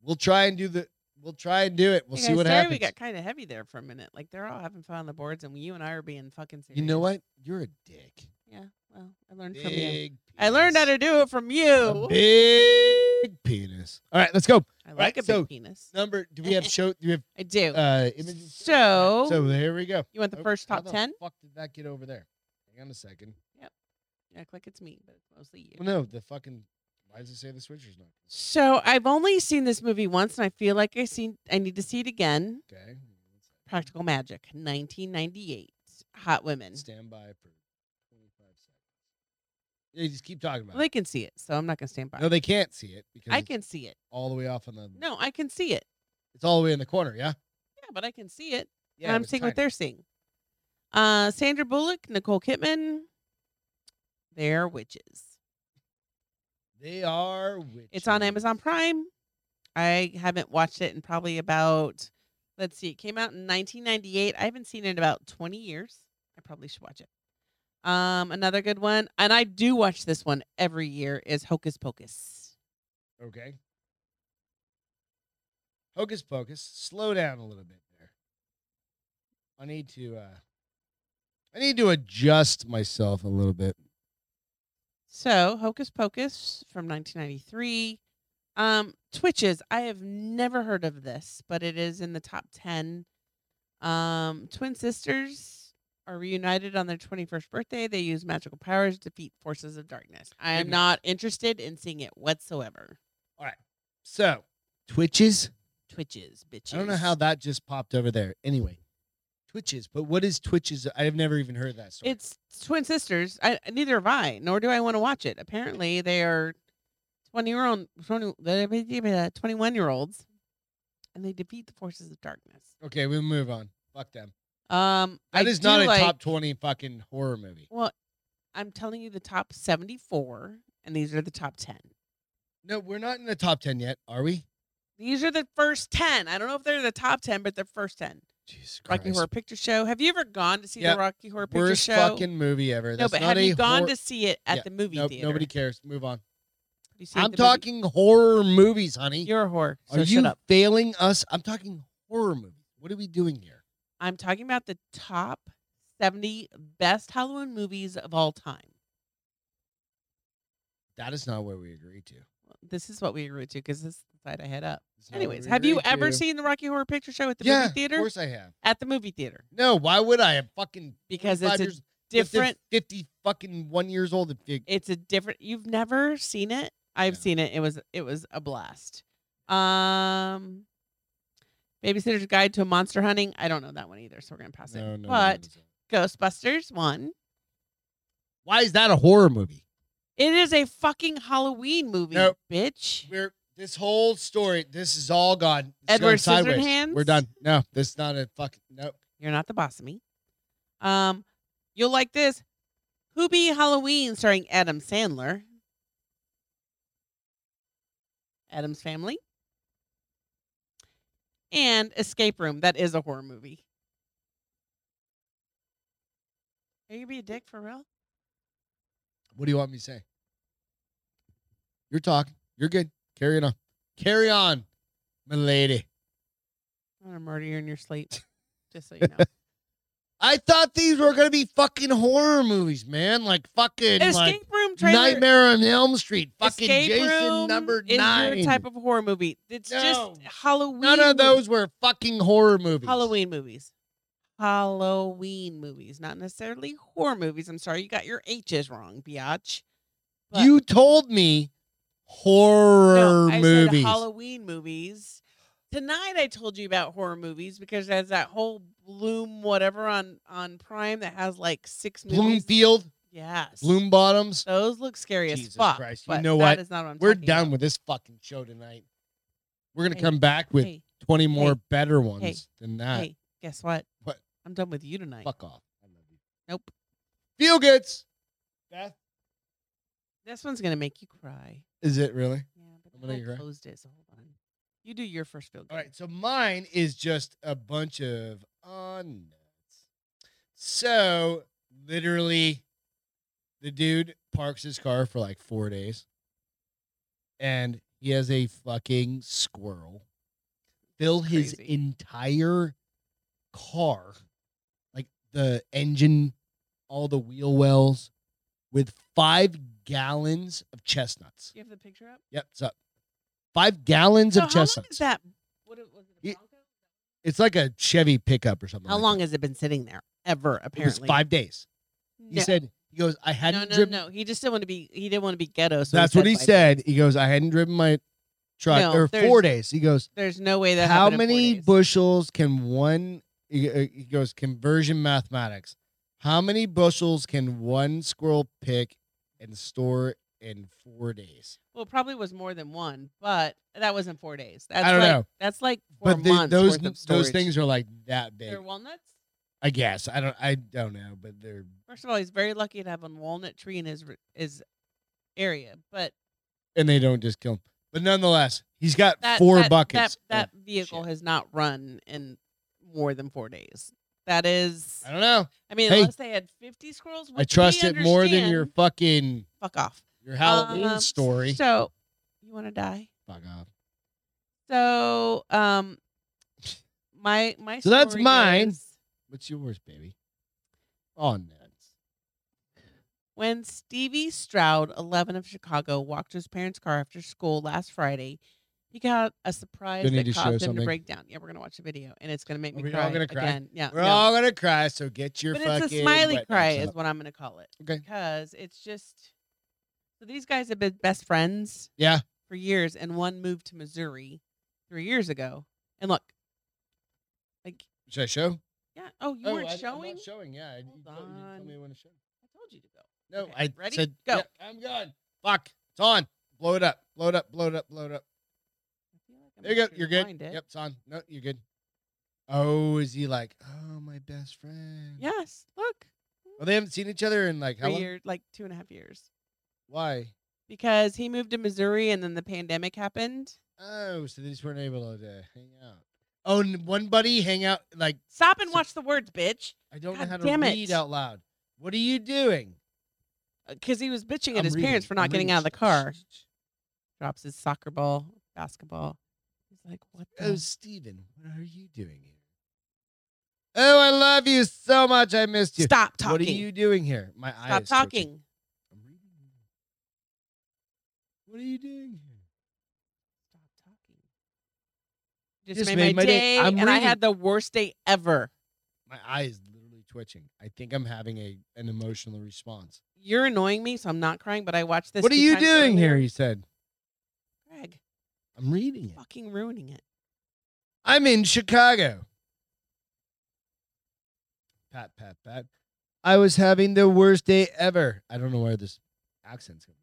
S4: We'll try and do the. We'll try and do it. We'll
S3: Hey,
S4: see
S3: guys,
S4: what
S3: sorry
S4: happens.
S3: We got kind of heavy there for a minute. Like they're all having fun on the boards, and you and I are being fucking serious.
S4: you know what? You're a dick.
S3: Yeah. Well, I learned from you.
S4: Big.
S3: I learned how
S4: penis.
S3: to do it from
S4: A
S3: you.
S4: big penis. All right, let's go.
S3: I like
S4: right,
S3: a big
S4: so-
S3: penis.
S4: Number. Do we have show? Do we have
S3: I do.
S4: uh images?
S3: So-
S4: So there we go.
S3: you want the
S4: Oh,
S3: first
S4: how
S3: top
S4: the
S3: ten?
S4: Fuck did that get over there? Hang on a second.
S3: Act like it's me, but it's mostly you.
S4: Well, no, the fucking. Why does it say the switcher's not?
S3: So I've only seen this movie once, and I feel like I seen. I need to see it again.
S4: Okay.
S3: Practical Magic, 1998. Hot Women.
S4: Stand by for 25 seconds. Yeah, just keep talking about
S3: Well, they can see it, so I'm not gonna stand by.
S4: it. No, they can't see it because
S3: I
S4: it's
S3: can see it.
S4: all the way off on the.
S3: No, I can see it.
S4: it's all the way in the corner. Yeah.
S3: Yeah, but I can see it.
S4: Yeah.
S3: and
S4: it
S3: I'm
S4: was
S3: seeing what
S4: tiny.
S3: they're seeing. Uh, Sandra Bullock, Nicole Kidman. They're witches.
S4: They are. Witches.
S3: It's on Amazon Prime. I haven't watched it in probably about, let's see, it came out in 1998. I haven't seen it in about 20 years. I probably should watch it. Um, another good one, and I do watch this one every year is Hocus Pocus.
S4: Okay. Hocus pocus. Slow down a little bit there. I need to. uh I need to adjust myself a little bit.
S3: So Hocus Pocus from 1993. Um, Twitches. I have never heard of this, but it is in the top 10. Um, twin sisters are reunited on their 21st birthday. They use magical powers to defeat forces of darkness. I am
S4: Goodness.
S3: not interested in seeing it whatsoever.
S4: So, twitches.
S3: Twitches, bitches.
S4: I don't know how that just popped over there. Anyway, Twitches. But what is Twitches? I've never even heard that story.
S3: It's twin sisters. I neither have I, nor do I want to watch it. Apparently, they are twenty year old, twenty one year olds, and they defeat the forces of darkness.
S4: okay, we move on. Fuck them.
S3: Um,
S4: That
S3: I
S4: is not
S3: do
S4: a
S3: like,
S4: top twenty fucking horror movie.
S3: Well, I'm telling you the top seventy four, and these are the top ten.
S4: No, we're not in the top ten yet, are we?
S3: These are the first ten. I don't know if they're the top ten, but they're first ten.
S4: Jesus
S3: Rocky Horror Picture Show. Have you ever gone to see
S4: Yep.
S3: the Rocky Horror Picture
S4: Worst
S3: Show?
S4: fucking movie ever.
S3: no,
S4: That's
S3: but
S4: not
S3: have you
S4: a
S3: gone
S4: hor-
S3: to see it at
S4: Yeah.
S3: the movie
S4: Nope,
S3: theater?
S4: nobody cares. Move on.
S3: Have you seen
S4: I'm
S3: the movie-
S4: talking horror movies, honey.
S3: You're a whore. So
S4: are
S3: shut
S4: you
S3: up.
S4: failing us? I'm talking horror movies. What are we doing here?
S3: I'm talking about the top 70 best Halloween movies of all time.
S4: That is not what we agreed to.
S3: Well, This is what we agreed to because this is the side I had up.
S4: It's not what
S3: Anyways,
S4: we
S3: have you
S4: agreed
S3: ever
S4: to.
S3: seen the Rocky Horror Picture Show at the
S4: yeah,
S3: movie theater?
S4: Of course I have.
S3: At the movie theater.
S4: No, why would I? I'm fucking
S3: Because it's
S4: 45
S3: a
S4: years, if they're
S3: different,
S4: fifty fucking one years old. and fig-
S3: it's a different, you've never seen it. I've
S4: No.
S3: seen it. It was, it was a blast. Um, Babysitter's Guide to Monster Hunting. I don't know that one either, so we're going to pass
S4: No, no,
S3: it.
S4: no, no,
S3: but
S4: no.
S3: Ghostbusters, one.
S4: Why is that a horror movie?
S3: It is a fucking Halloween movie,
S4: Nope.
S3: bitch.
S4: We're this whole story. This is all gone. It's
S3: Edward
S4: going sideways.
S3: Scissorhands?
S4: We're done. No, this is not a fucking nope.
S3: You're not the boss of me. Um, you'll like this. Who be Halloween starring Adam Sandler? Adam's family. And Escape Room. That is a horror movie. Are you gonna be a dick for real?
S4: What do you want me to say? You're talking. You're good. Carry it on. Carry on, milady.
S3: I'm gonna murder you in your sleep. Just so you know.
S4: I thought these were gonna be fucking horror movies, man. Like fucking like
S3: Escape room trailer.
S4: Nightmare on Elm Street, fucking
S3: Escape
S4: Jason
S3: room
S4: number
S3: is your
S4: nine.
S3: type of horror movie. It's
S4: No.
S3: just Halloween.
S4: None of
S3: movies.
S4: those were fucking horror movies.
S3: Halloween movies. Halloween movies, not necessarily horror movies. I'm sorry, you got your H's wrong, biatch. But-
S4: You told me
S3: No,
S4: horror
S3: I
S4: movies.
S3: said Halloween movies. Tonight I told you about horror movies because there's that whole Bloom whatever on on Prime that has like six movies.
S4: Bloomfield,
S3: Yes.
S4: Bloom Bottoms.
S3: Those look scary as
S4: Jesus
S3: fuck.
S4: Christ, you
S3: But
S4: know
S3: that
S4: what?
S3: is not what I'm
S4: We're
S3: talking
S4: done
S3: about.
S4: with this fucking show tonight. We're gonna
S3: Hey,
S4: come back with
S3: Hey,
S4: 20 more
S3: hey,
S4: better ones than that.
S3: hey, guess what?
S4: What?
S3: I'm done with you tonight.
S4: Fuck off. I love you.
S3: Nope.
S4: Feel goods. Beth.
S3: This one's gonna make you cry.
S4: Is it really?
S3: Yeah,
S4: I'm
S3: but
S4: gonna
S3: I
S4: get right.
S3: closed it, so hold on. You do your first feel good.
S4: All right, so mine is just a bunch of on nuts. So literally, the dude parks his car for like four days, and he has a fucking squirrel fill his
S3: Crazy.
S4: entire car, like the engine, all the wheel wells, with five gallons of chestnuts.
S3: Do you have the picture up?
S4: Yep, it's up. Five gallons
S3: So
S4: of
S3: how long
S4: chestnuts.
S3: is that? What it- was it?
S4: Ye-
S3: A Bronco?
S4: It's like a Chevy pickup or something.
S3: How
S4: like
S3: long
S4: that.
S3: has it been sitting there? Ever
S4: It was
S3: apparently.
S4: five days. He
S3: No.
S4: said he goes. I hadn't
S3: no, no,
S4: driven.
S3: no. He just didn't want to be. He didn't want to be ghetto. So
S4: That's what he
S3: five
S4: said.
S3: days.
S4: He goes. I hadn't driven my truck
S3: No,
S4: or
S3: there's-
S4: four days. He goes.
S3: There's no way that.
S4: How
S3: happened in four
S4: many
S3: days.
S4: bushels can one? He uh, he goes conversion mathematics. How many bushels can one squirrel pick and store in four days?
S3: Well, probably was more than one, but that was in four days. That's
S4: I don't
S3: like,
S4: know.
S3: That's like four
S4: But the-
S3: months
S4: those
S3: worth of
S4: those
S3: storage.
S4: things are like that big.
S3: They're walnuts.
S4: I guess I don't I don't know, but they're
S3: First of all, he's very lucky to have a walnut tree in his r- his area, but
S4: and they don't just kill them. But nonetheless, he's got
S3: that
S4: four
S3: that,
S4: buckets. of-
S3: That, that vehicle
S4: shit.
S3: has not run in more than four days. That is,
S4: I don't know.
S3: I mean,
S4: Hey.
S3: unless they had fifty squirrels.
S4: I
S3: which we
S4: trust it more than your
S3: understand.
S4: fucking
S3: fuck off
S4: your Halloween
S3: Um,
S4: story.
S3: So, you want to die?
S4: Fuck off.
S3: So, um, my my.
S4: So that's
S3: story
S4: mine.
S3: is
S4: What's yours, baby? Oh nuts.
S3: When Stevie Stroud, 11 of Chicago, walked his parents' car after school last Friday, he got a surprise
S4: Gonna need to
S3: that
S4: show
S3: caused him
S4: something.
S3: to break down. Yeah, we're gonna watch the video, and it's gonna make
S4: Are
S3: me
S4: we all
S3: cry
S4: gonna cry?
S3: again. Yeah,
S4: We're
S3: Uh, no.
S4: all gonna cry, so get your
S3: but
S4: fucking
S3: it's a smiley
S4: wet
S3: cry
S4: wipes
S3: is
S4: up.
S3: what I'm gonna call it.
S4: Okay.
S3: Because it's just so these guys have been best friends
S4: Yeah.
S3: for years, and one moved to Missouri three years ago. And look, like
S4: Should I show?
S3: yeah, oh you
S4: Oh,
S3: weren't
S4: I- I'm not
S3: showing.
S4: showing, yeah. You told- you didn't tell
S3: on.
S4: me when to show.
S3: I told you to go.
S4: No,
S3: Okay,
S4: I
S3: ready?
S4: said
S3: Go.
S4: yeah, I'm gone. Fuck. It's on. Blow it up. Blow it up. Blow it up. Blow it up.
S3: I feel like I'm
S4: There you go.
S3: gonna
S4: You're good.
S3: find it.
S4: Yep, it's on. No, you're good. Oh, is he like, oh, my best friend?
S3: Yes. Look.
S4: Well, they haven't seen each other in like how
S3: three
S4: long?
S3: years, like two and a half years,
S4: Why?
S3: because he moved to Missouri and then the pandemic happened.
S4: Oh, so they just weren't able to hang out. Oh, and one buddy hang out. Like,
S3: Stop and
S4: So-
S3: watch the words, bitch,
S4: I don't
S3: God
S4: know how to
S3: damn it.
S4: read out loud. What are you doing?
S3: because uh, he was bitching at
S4: I'm
S3: his parents
S4: reading.
S3: for not
S4: I'm
S3: getting
S4: reading.
S3: out of the
S4: Shh,
S3: car.
S4: shh, shh.
S3: Drops his soccer ball, basketball. He's like, "What the?"
S4: Oh, Steven, what are you doing here? Oh, I love you so much. I missed you.
S3: Stop talking.
S4: What are you doing here? My eyes.
S3: Stop talking.
S4: I'm reading. What are you doing here?
S3: Stop talking. Just, made, my, day,
S4: I'm
S3: and I
S4: reading.
S3: had the worst day ever.
S4: My eye is literally twitching. I think I'm having a an emotional response.
S3: You're annoying me, so I'm not crying. But I watched this.
S4: what are
S3: two
S4: you
S3: times
S4: doing
S3: earlier.
S4: here? He said.
S3: Greg?
S4: I'm reading it.
S3: Fucking ruining it.
S4: I'm in Chicago. Pat, pat, pat. I was having the worst day ever. I don't know where this accent's coming.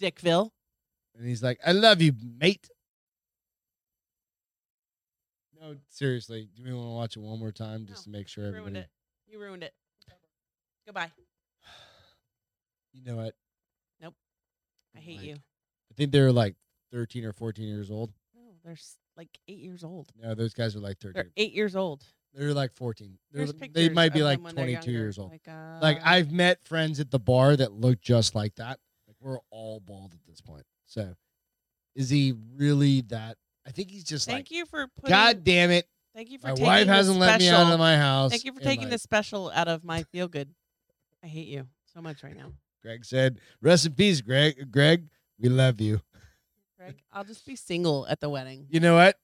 S3: Dickville.
S4: And he's like, "I love you, mate." No, seriously. Do we want to watch it one more time just to make sure
S3: Ruined
S4: everybody?
S3: it. You ruined it. Goodbye.
S4: You know what?
S3: Nope. I hate
S4: Like,
S3: you.
S4: I think they were like 13 or 14 years old.
S3: No, they're s- like eight years old.
S4: No, those guys are like 13.
S3: They're eight years old.
S4: They're like 14. They're,
S3: There's
S4: they
S3: pictures
S4: might be
S3: of
S4: like
S3: them when they're
S4: 22
S3: younger.
S4: years old.
S3: Like, uh,
S4: Like I've met friends at the bar that look just like that. Like we're all bald at this point. So is he really that? I think he's just
S3: Thank
S4: like,
S3: you for putting.
S4: God damn it.
S3: Thank you for
S4: My
S3: taking
S4: wife
S3: the
S4: hasn't let me
S3: special-
S4: out of my house.
S3: Thank you for
S4: And,
S3: taking
S4: like,
S3: the special out of my feel good. I hate you so much right now,
S4: Greg said, rest in peace, Greg. Greg, we love you.
S3: Greg. I'll just be single at the wedding.
S4: You know what?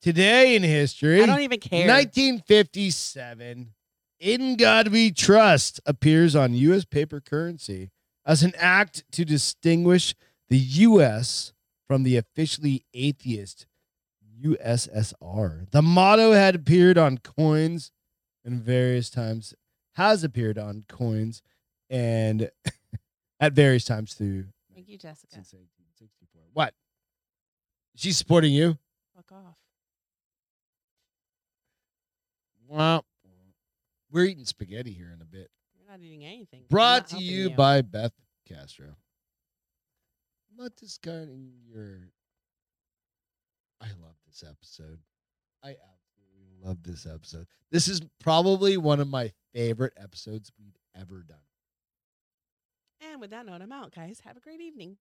S4: Today in history,
S3: I don't even care.
S4: 1957, In God We Trust appears on U.S. paper currency as an act to distinguish the U.S. from the officially atheist USSR. The motto had appeared on coins and various times, has appeared on coins and at various times through
S3: Thank you, Jessica.
S4: since 1864. What? She's supporting you?
S3: Fuck off.
S4: Wow. We're eating spaghetti here in a bit.
S3: You're not eating anything. I'm
S4: Brought
S3: not
S4: to
S3: helping
S4: you, by Beth Castro. I'm not discarding your. I love this episode. I absolutely love this episode. This is probably one of my favorite episodes we've ever done.
S3: And with that note, I'm out, guys. Have a great evening.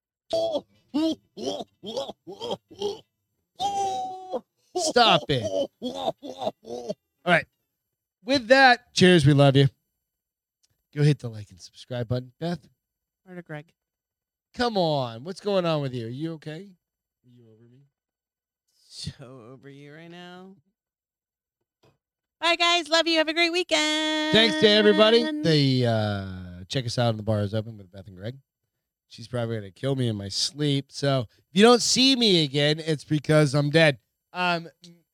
S4: Stop it. All right. With that, cheers. We love you. Go hit the like and subscribe button. Beth,
S3: Murder Greg.
S4: come on. What's going on with you? Are you okay? Are you over me?
S3: So over you right now. Bye, guys. Love you. Have a great weekend.
S4: Thanks to everybody.
S3: Um,
S4: The uh, check us out on the bar is open with Beth and Greg. She's probably gonna kill me in my sleep. So if you don't see me again, it's because I'm dead. Um,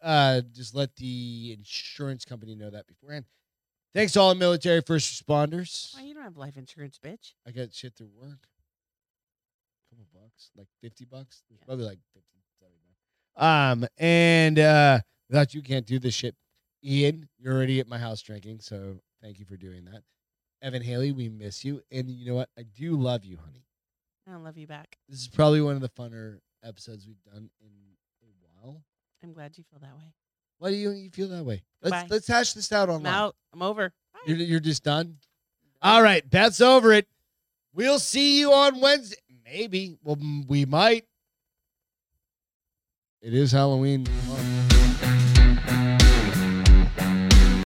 S4: uh, just let the insurance company know that beforehand. Thanks to all the military first responders.
S3: Why you don't have life insurance, bitch?
S4: I got shit through work. couple bucks, like fifty bucks. There's
S3: Yeah.
S4: probably like fifty, seventy bucks. Um, and uh, without you can't do this shit. Ian, you're already at my house drinking, so thank you for doing that. Evan Haley, we miss you, and you know what? I do love you, honey.
S3: I love you back.
S4: This is probably one of the funner episodes we've done in a while.
S3: I'm glad you feel that way.
S4: Why do you, you feel that way?
S3: Goodbye.
S4: Let's let's hash this out
S3: I'm
S4: online.
S3: out. I'm over. Bye.
S4: You're, you're just done? All right. That's over it. We'll see you on Wednesday. Maybe. Well, m- we might. It is Halloween. tomorrow.